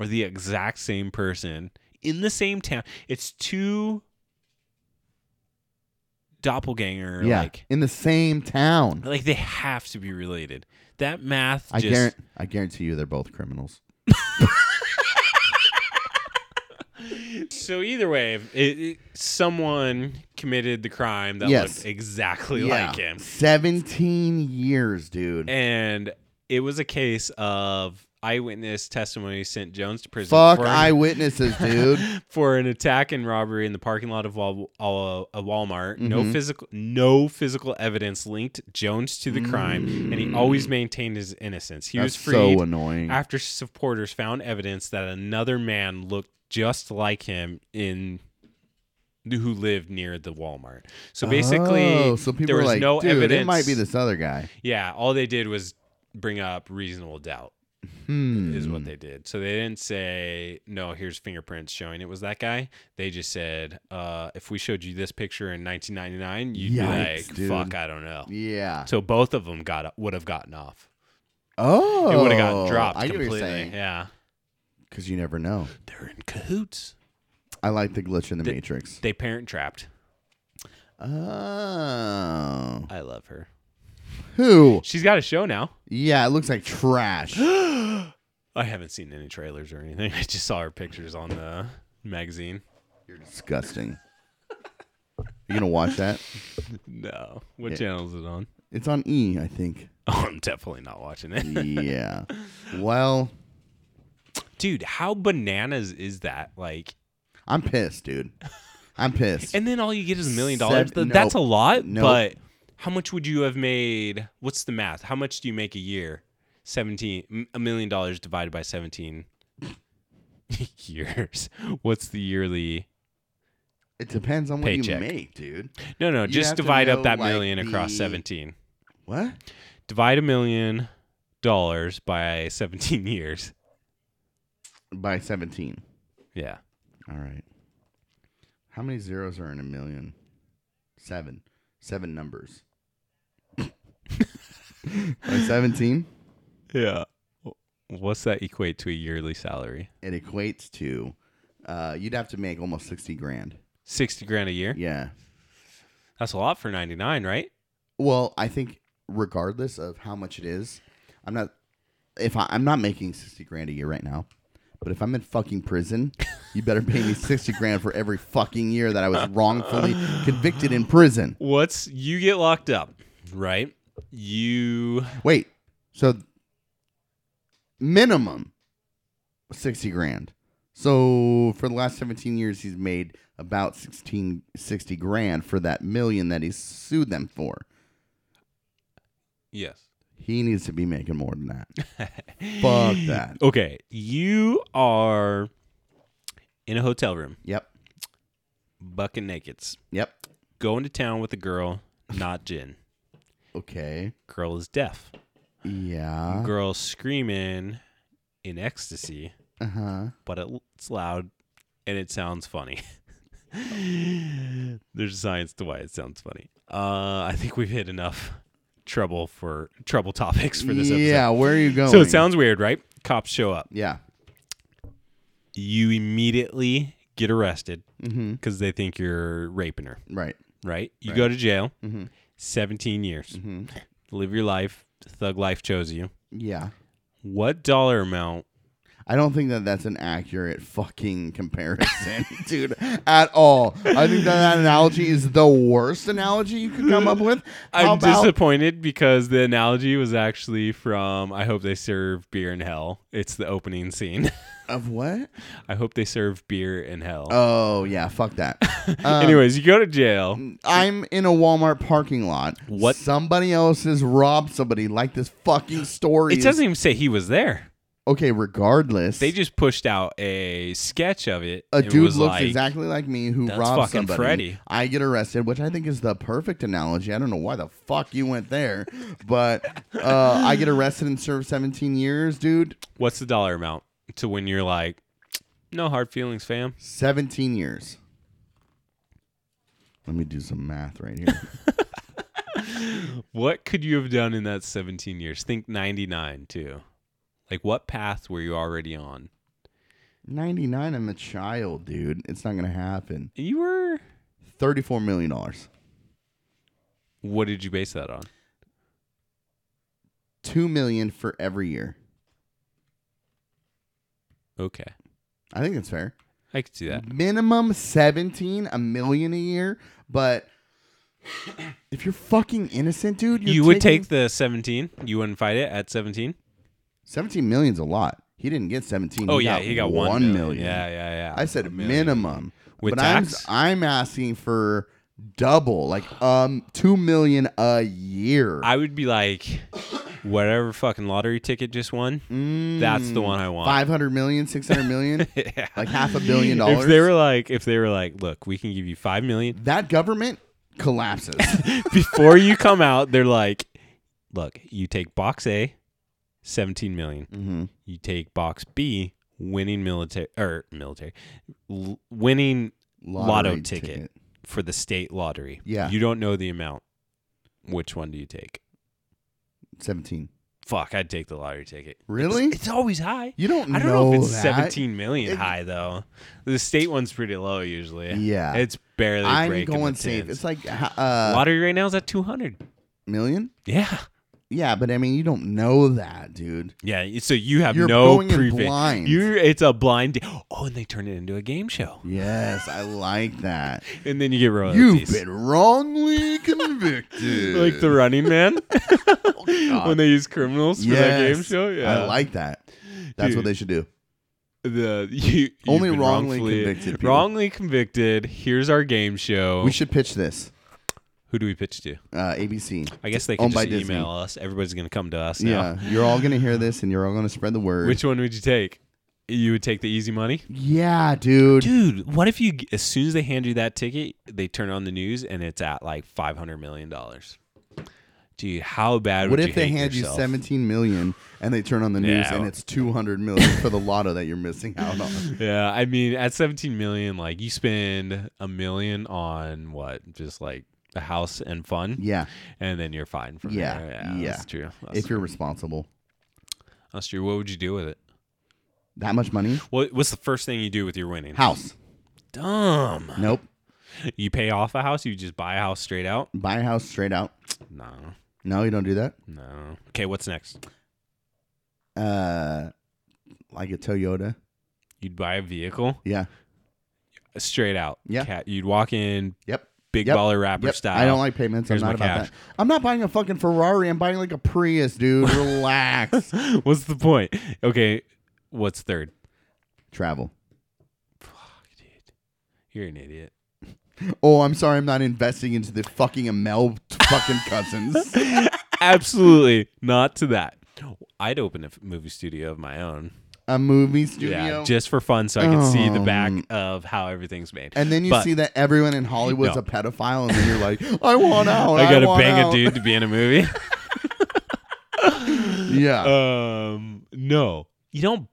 are the exact same person in the same town. It's two doppelganger
yeah,
like
in the same town.
like they have to be related. That math
I
just
guarantee. I guarantee you, they're both criminals.
So either way, it, it- someone committed the crime that
Yes.
looked exactly
yeah,
like him,
seventeen years, dude.
and it was a case of eyewitness testimony sent Jones to prison
Fuck
for, an,
eyewitnesses, dude.
for an attack and robbery in the parking lot of Wal, Wal- a Walmart.
Mhm.
No physical, no physical evidence linked Jones to the crime, and he always maintained his innocence. He
Mm. That's
was freed
so annoying.
after supporters found evidence that another man looked just like him in who lived near the Walmart. So basically,
Oh, so people
there
were
was
like,
no
Dude,
evidence.
It might be this other guy.
Yeah, all they did was bring up reasonable doubt
Hmm.
is what they did. So they didn't say, "No, here's fingerprints showing it was that guy." They just said, uh, "If we showed you this picture in 1999, you'd
Yikes,
be
dude.
like, fuck, I don't know."
Yeah.
So both of them got would have gotten off.
Oh,
it would have gotten dropped
I get what
completely.
you're saying.
Yeah.
Because you never know.
They're in cahoots.
I like the glitch in the
The-
matrix.
They parent trapped.
Oh,
I love her.
who?
She's got a show now.
Yeah, it looks like trash.
I haven't seen any trailers or anything. I just saw her pictures on the magazine.
You're disgusting. You gonna watch that?
No. What
Yeah.
channel is it on?
It's on E, I think.
Oh, I'm definitely not watching it.
Yeah. Well,
Dude, how bananas is that? Like,
I'm pissed, dude. I'm pissed.
and then all you get is a million
Sev-
dollars. Th- That's a
nope.
lot,
Nope.
but how much would you have made? What's the math? How much do you make a year? 17 m- a million dollars divided by 17 years. What's the yearly?
it depends on what
Paycheck.
you make, dude.
No, no,
You'd have
just
to
divide
know,
up that
like,
million across
the-
17.
What?
divide a million dollars by 17 years.
By 17.
Yeah.
All right. How many zeros are in a million? Seven. Seven numbers. By 17,
Yeah. What's that equate to a yearly salary?
it equates to uh, you'd have to make almost 60 grand.
60 grand a year?
Yeah.
That's a lot for 99, right?
Well, I think regardless of how much it is, I'm not if I, I'm not making sixty grand a year right now, but if I'm in fucking prison, you better pay me sixty grand for every fucking year that I was wrongfully convicted in prison.
What's you get locked up, right? You
Wait, so minimum sixty grand. So for the last seventeen years, he's made about 16, 60 grand for that million that he sued them for.
yes.
He needs to be making more than that. Fuck that.
Okay, you are in a hotel room,
Yep.
bucking nakeds,
Yep.
going to town with a girl, not Jin.
Okay.
Girl is deaf.
Yeah.
Girl screaming in ecstasy,
Uh huh.
but it, it's loud and it sounds funny. There's science to why it sounds funny. Uh, I think we've hit enough trouble for trouble topics for this episode.
Yeah. Where are you going?
So it sounds weird, right? Cops show up.
Yeah.
You immediately get arrested
Mm-hmm.
because they think you're raping her,
Right.
right? You go to jail,
Mm-hmm.
17 years.
Mm-hmm.
Live your life. Thug life chose you.
Yeah.
What dollar amount?
I don't think that that's an accurate fucking comparison, dude, at all. I think that, that analogy is the worst analogy you could come up with.
I'm
How about-
disappointed because the analogy was actually from I Hope They Serve Beer in Hell. It's the opening scene.
of what?
I Hope They Serve Beer in Hell.
Oh yeah, fuck that. Um, mm,
Anyways, you go to jail.
I'm in a Walmart parking lot.
What-
Somebody else has robbed somebody like this fucking story.
It
is-
doesn't even say he was there.
Okay, regardless,
They just pushed out a sketch of it.
a
and
dude
was
looks
like,
exactly like me who
"That's
robs
fucking
somebody.
Freddy."
I get arrested, which I think is the perfect analogy. I don't know why the fuck you went there, but uh, I get arrested and serve 17 years, dude.
What's the dollar amount to when you're like, no hard feelings, fam?
17 years. Let me do some math right here.
What could you have done in that 17 years? Think 99 too. Like, what path were you already on?
99. I'm a child, dude. It's not gonna happen.
You were.
34 million dollars.
What did you base that on?
Two million for every year.
Okay.
I think that's fair.
I could see that.
minimum 17 a million a year but if you're fucking innocent dude you're
you would
taking-
take the 17. You wouldn't fight it at 17?
17 million's a lot he didn't get 17
Oh, yeah. He got 1
1
million.
million
Yeah, yeah, yeah.
i said
A million.
minimum
With
but
tax?
i'm i'm asking for double like um 2 million a year
I would be like, whatever fucking lottery ticket just won,
Mm,
that's the one I want.
500 million 600 million
Yeah.
like half a billion
If they
dollars
were like, if they were like, look, we can give you 5 million.
that government collapses
before you come out, they're like, look, you take box A, 17 million.
Mhm.
You take box B, winning military or military, l- winning lotto
Lottery
ticket, for the state lottery.
Yeah.
You don't know the amount. Which one do you take?
17
Fuck, I'd take the lottery ticket.
really
It's always high.
you don't
I don't know, if it's
that.
17 million
It-
high though. The state one's pretty low usually.
Yeah.
It's barely
I'm
breaking the
going safe.
tens.
It's like ha- uh,
lottery right now is at 200.
million.
Yeah.
Yeah, but I mean, you don't know that, dude.
Yeah, y- so you have
You're
no
going in
previ-
blind.
You're it's a blind. da- Oh, and they turn it into a game show,
Yes, I like that.
and then you get
You've
royalties.
been wrongly convicted.
like the Running Man
Oh, God.
when they use criminals for that
Yes,
game show. Yeah,
I like that. That's
Dude.
what they should do.
the you you've
Only
been
wrongly
wrongfully-
convicted people.
Wrongly convicted. Here's our game show.
We should pitch this.
Who do we pitch to?
Uh, ABC.
I guess they can
Owned
just
Oh, by
email
Disney.
us. Everybody's gonna come to us now.
Yeah, you're all gonna hear this, and you're all gonna spread the word.
Which one would you take? You would take the easy money,
yeah, dude.
dude. What if you, as soon as they hand you that ticket, they turn on the news and it's at like five hundred million dollars. Dude, how bad?
What
would
if
you
they
hate
hand
yourself?
you 17 million and they turn on the news
Yeah.
and it's 200 million for the lotto that you're missing out on?
Yeah, I mean, at 17 million, like you spend a million on what? Just like a house and fun,
Yeah,
and then you're fine from
Yeah,
there.
yeah.
that's true. That's,
if you're responsible.
that's true. What would you do with it?
That much money?
What, what's the first thing you do with your winning?
House.
Dumb.
Nope.
You pay off a house. You just buy a house straight out.
Buy a house straight out.
No,
No, you don't do that.
no. Okay, what's next?
uh, like a Toyota.
You'd buy a vehicle
Yeah.
straight out.
Yeah.
Cat, you'd walk in
Yep.
big
Yep.
baller rapper
Yep.
style.
I don't like payments.
Here's
I'm
my
not about
cash.
that. I'm not buying a fucking Ferrari. I'm buying like a Prius, dude. Relax.
What's the point? Okay, what's third?
Travel.
Fuck, dude. You're an idiot.
Oh, I'm sorry. I'm not investing into the fucking Amel fucking cousins.
Absolutely not to that. I'd open a f- movie studio of my own.
A movie studio.
Yeah, just for fun, so I can see the back
Um,
of how everything's made.
and then you
But-
see that everyone in Hollywood's
No.
a pedophile, and then you're like, I want out.
I gotta
want
bang
out.
a dude to be in a movie.
Yeah. Uh.
um, no, you don't.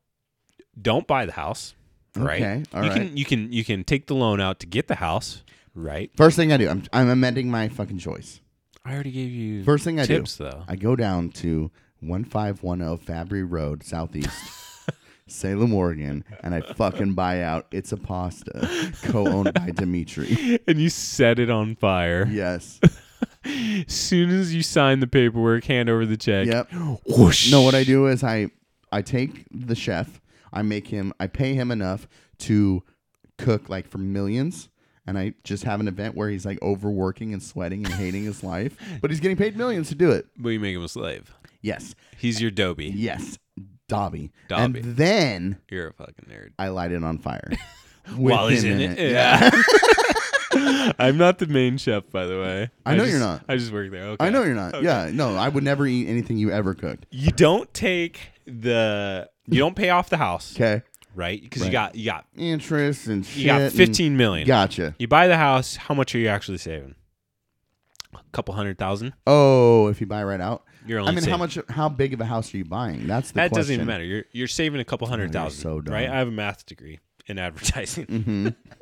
Don't buy the house, right?
Okay. All
you
right.
can you can you can take the loan out to get the house, right?
First thing I do, I'm, I'm amending my fucking choice.
I already gave you
First thing I do,
tips though.
I go down to 1510 Fabry Road, Southeast, Salem, Oregon, and I fucking buy out It's a Pasta, co owned by Dimitri.
and you set it on fire.
Yes.
Soon as you sign the paperwork, hand over the check.
Yep.
Whoosh.
No, what I do is I I take the chef, I make him, I pay him enough to cook like for millions, and I just have an event where he's like overworking and sweating and hating his life, but he's getting paid millions to do it.
But you make him a slave.
Yes,
He's your Dobie.
yes, Dobby,
Dobby.
and then
You're a fucking nerd.
I light it on fire. With
While he's
him
in it. Yeah. I'm not the main chef, by the way.
I know
just-
you're not.
I just work there. Okay.
I know you're not. Yeah, no, I would never eat anything you ever cooked.
You don't take the. You don't pay off the house,
Okay,
right? Because
Right.
you got you got
interest and shit.
you got
and-
fifteen million.
Gotcha.
You buy the house. How much are you actually saving? A couple hundred thousand.
Oh, if you buy right out.
You're
I
only.
mean,
saving.
how much? How big of a house are you buying? That's the
That
question.
doesn't even matter. You're you're saving a couple hundred
you're
thousand.
so dumb.
Right? I have a math degree in advertising.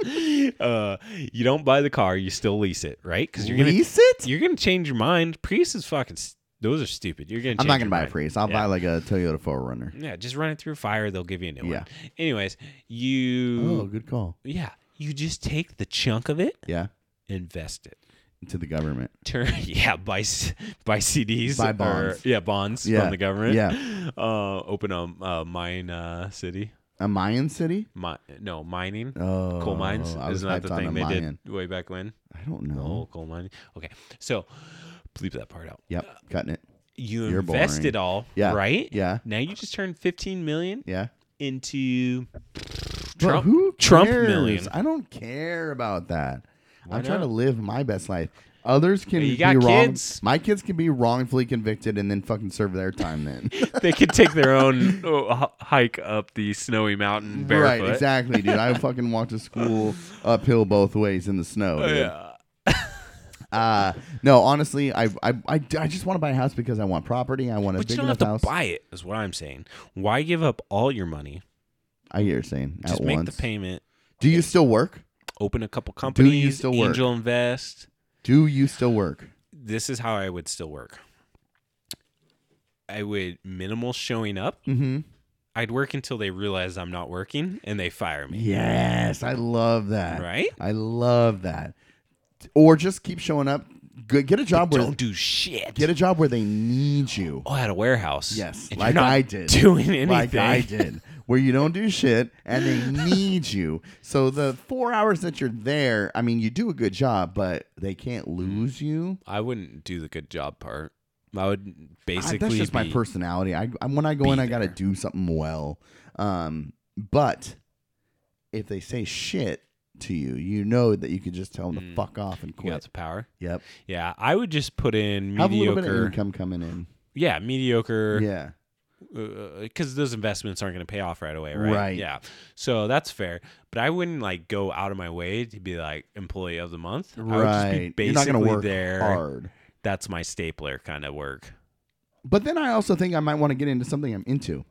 Mhm.
uh, you don't buy the car, you still lease it, right? Because you're gonna
Lease it?
you're gonna change your mind. Prius is fucking. s- Those are stupid. You're gonna.
I'm
change
not
your
gonna buy a
mind.
Prius. I'll
Yeah.
buy like a Toyota 4Runner.
Yeah, just run it through fire. They'll give you a new
Yeah.
one. Anyways, you
Oh, good call.
yeah, you just take the chunk of it,
Yeah,
invest it.
to the government.
Turn yeah, buy c- buy CDs,
Buy
or-
bonds.
yeah, bonds
Yeah.
from the government.
Yeah.
uh, open a uh, mine uh, city.
A Mayan city?
Mi- no mining.
Oh,
coal mines.
I was
Isn't that
hyped
the
on Mm-hmm. a
thing they
Mayan.
did way back when?
I don't know.
Oh, coal mining. Okay, so bleep that part out.
Yep, cutting it.
You
You're
invest
boring.
it all, right?
Yeah. Yeah,
Now you just turned 15 million
yeah.
into
Bro,
Trump.
who
Trump
cares?
million.
I don't care about that.
Why
I'm trying to
not?
live my best life. Others can
You
be
got
wrong.
kids.
My kids can be wrongfully convicted and then fucking serve their time. Then
they could take their own oh, h- hike up the snowy mountain barefoot.
Right, exactly, dude. I fucking walked to school uphill both ways in the snow. Dude.
Oh, Yeah.
Uh, no, honestly, I, I, I, I just want to buy a house because I want property. I want a
But you
big
don't have
enough
to
house.
buy it, is what I'm saying. Why give up all your money?
I hear you saying
Just
at
make
once.
the payment.
Do you still work?
Open a couple
Do
companies.
you still work?
angel invest.
Do you still work?
This is how I would still work. I would minimal showing up.
Mm-hmm.
I'd work until they realize I'm not working and they fire me.
Yes, I love that.
Right?
I love that. Or just keep showing up. G- Get a job where
Don't do shit.
get a job where they need you.
oh, at a warehouse.
Yes,
And
like
you're not
I did.
Doing anything.
Like I did, where you don't do shit and they need you. So the four hours that you're there, I mean, you do a good job, but they can't
Mm.
lose you.
I wouldn't do the good job part. I would
I-
basically.
that's just my
be-
personality. I, I when I go
be
in, I gotta
there.
do something well. Um, but if they say shit to you, you know that you could just tell them to
Mm.
fuck off and
You got
quit.
the power.
Yep,
Yeah, I would just put in
have a little bit of
mediocre. er,
income coming in.
Yeah, mediocre.
Yeah,
Because those investments aren't going to pay off right away, right?
Right.
Yeah. So that's fair. But I wouldn't like go out of my way to be like employee of the month. I would just be
right. You're not
basically
gonna work
there.
hard.
That's my stapler kind of work.
But then I also think I might want to get into something I'm into.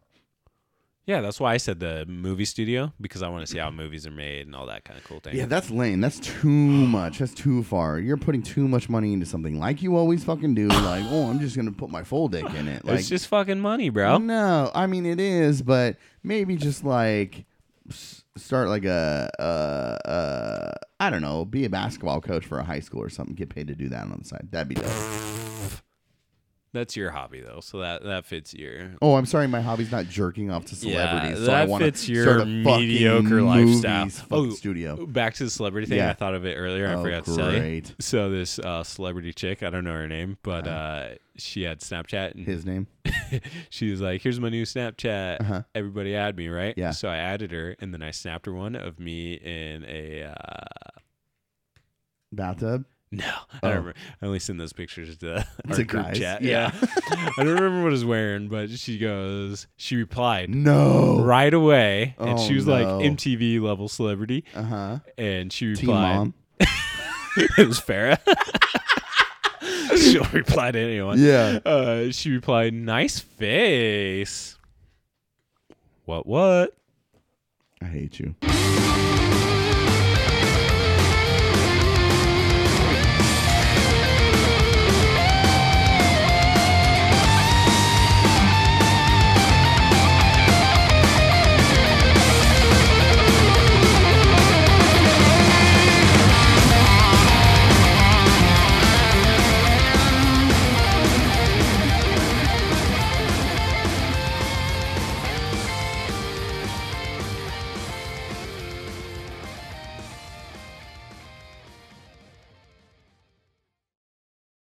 Yeah, that's why I said the movie studio because I want to see how movies are made and all that kind of cool thing.
Yeah, that's lame. That's too much. That's too far. You're putting too much money into something, like you always fucking do. Like, oh, I'm just gonna put my full dick in it. Like,
it's just fucking money, bro.
No, I mean it is, but maybe just like s- start like a uh, uh, I don't know, be a basketball coach for a high school or something. Get paid to do that on the side. That'd be dope.
That's your hobby though, so that that fits your
Oh, I'm sorry, my hobby's not jerking off to celebrities.
Yeah,
so I
that
want to
fits your
start a fucking
mediocre lifestyle.
movies fucking
Oh,
studio.
Back to the celebrity thing.
Yeah.
I thought of it earlier. I
Oh,
forgot to say.
great.
So this uh, celebrity chick, I don't know her name, but uh, she had Snapchat, and
Uh-huh. His name.
she was like, "Here's my new Snapchat.
Uh-huh.
Everybody add me, right?"
Yeah.
So I added her, and then I snapped her one of me in a. Uh,
Bathtub.
no, I
Oh.
don't remember. I only send those pictures to our
To
group
guys,
chat.
yeah.
I don't remember what I was wearing, but she goes, she replied
No.
right away, and
Oh,
she was like
no.
MTV level celebrity,
Uh huh.
and she
Teen
replied,
mom.
it was Farah. She'll reply to anyone.
Yeah.
Uh, she replied, "Nice face." What? What?
I hate you.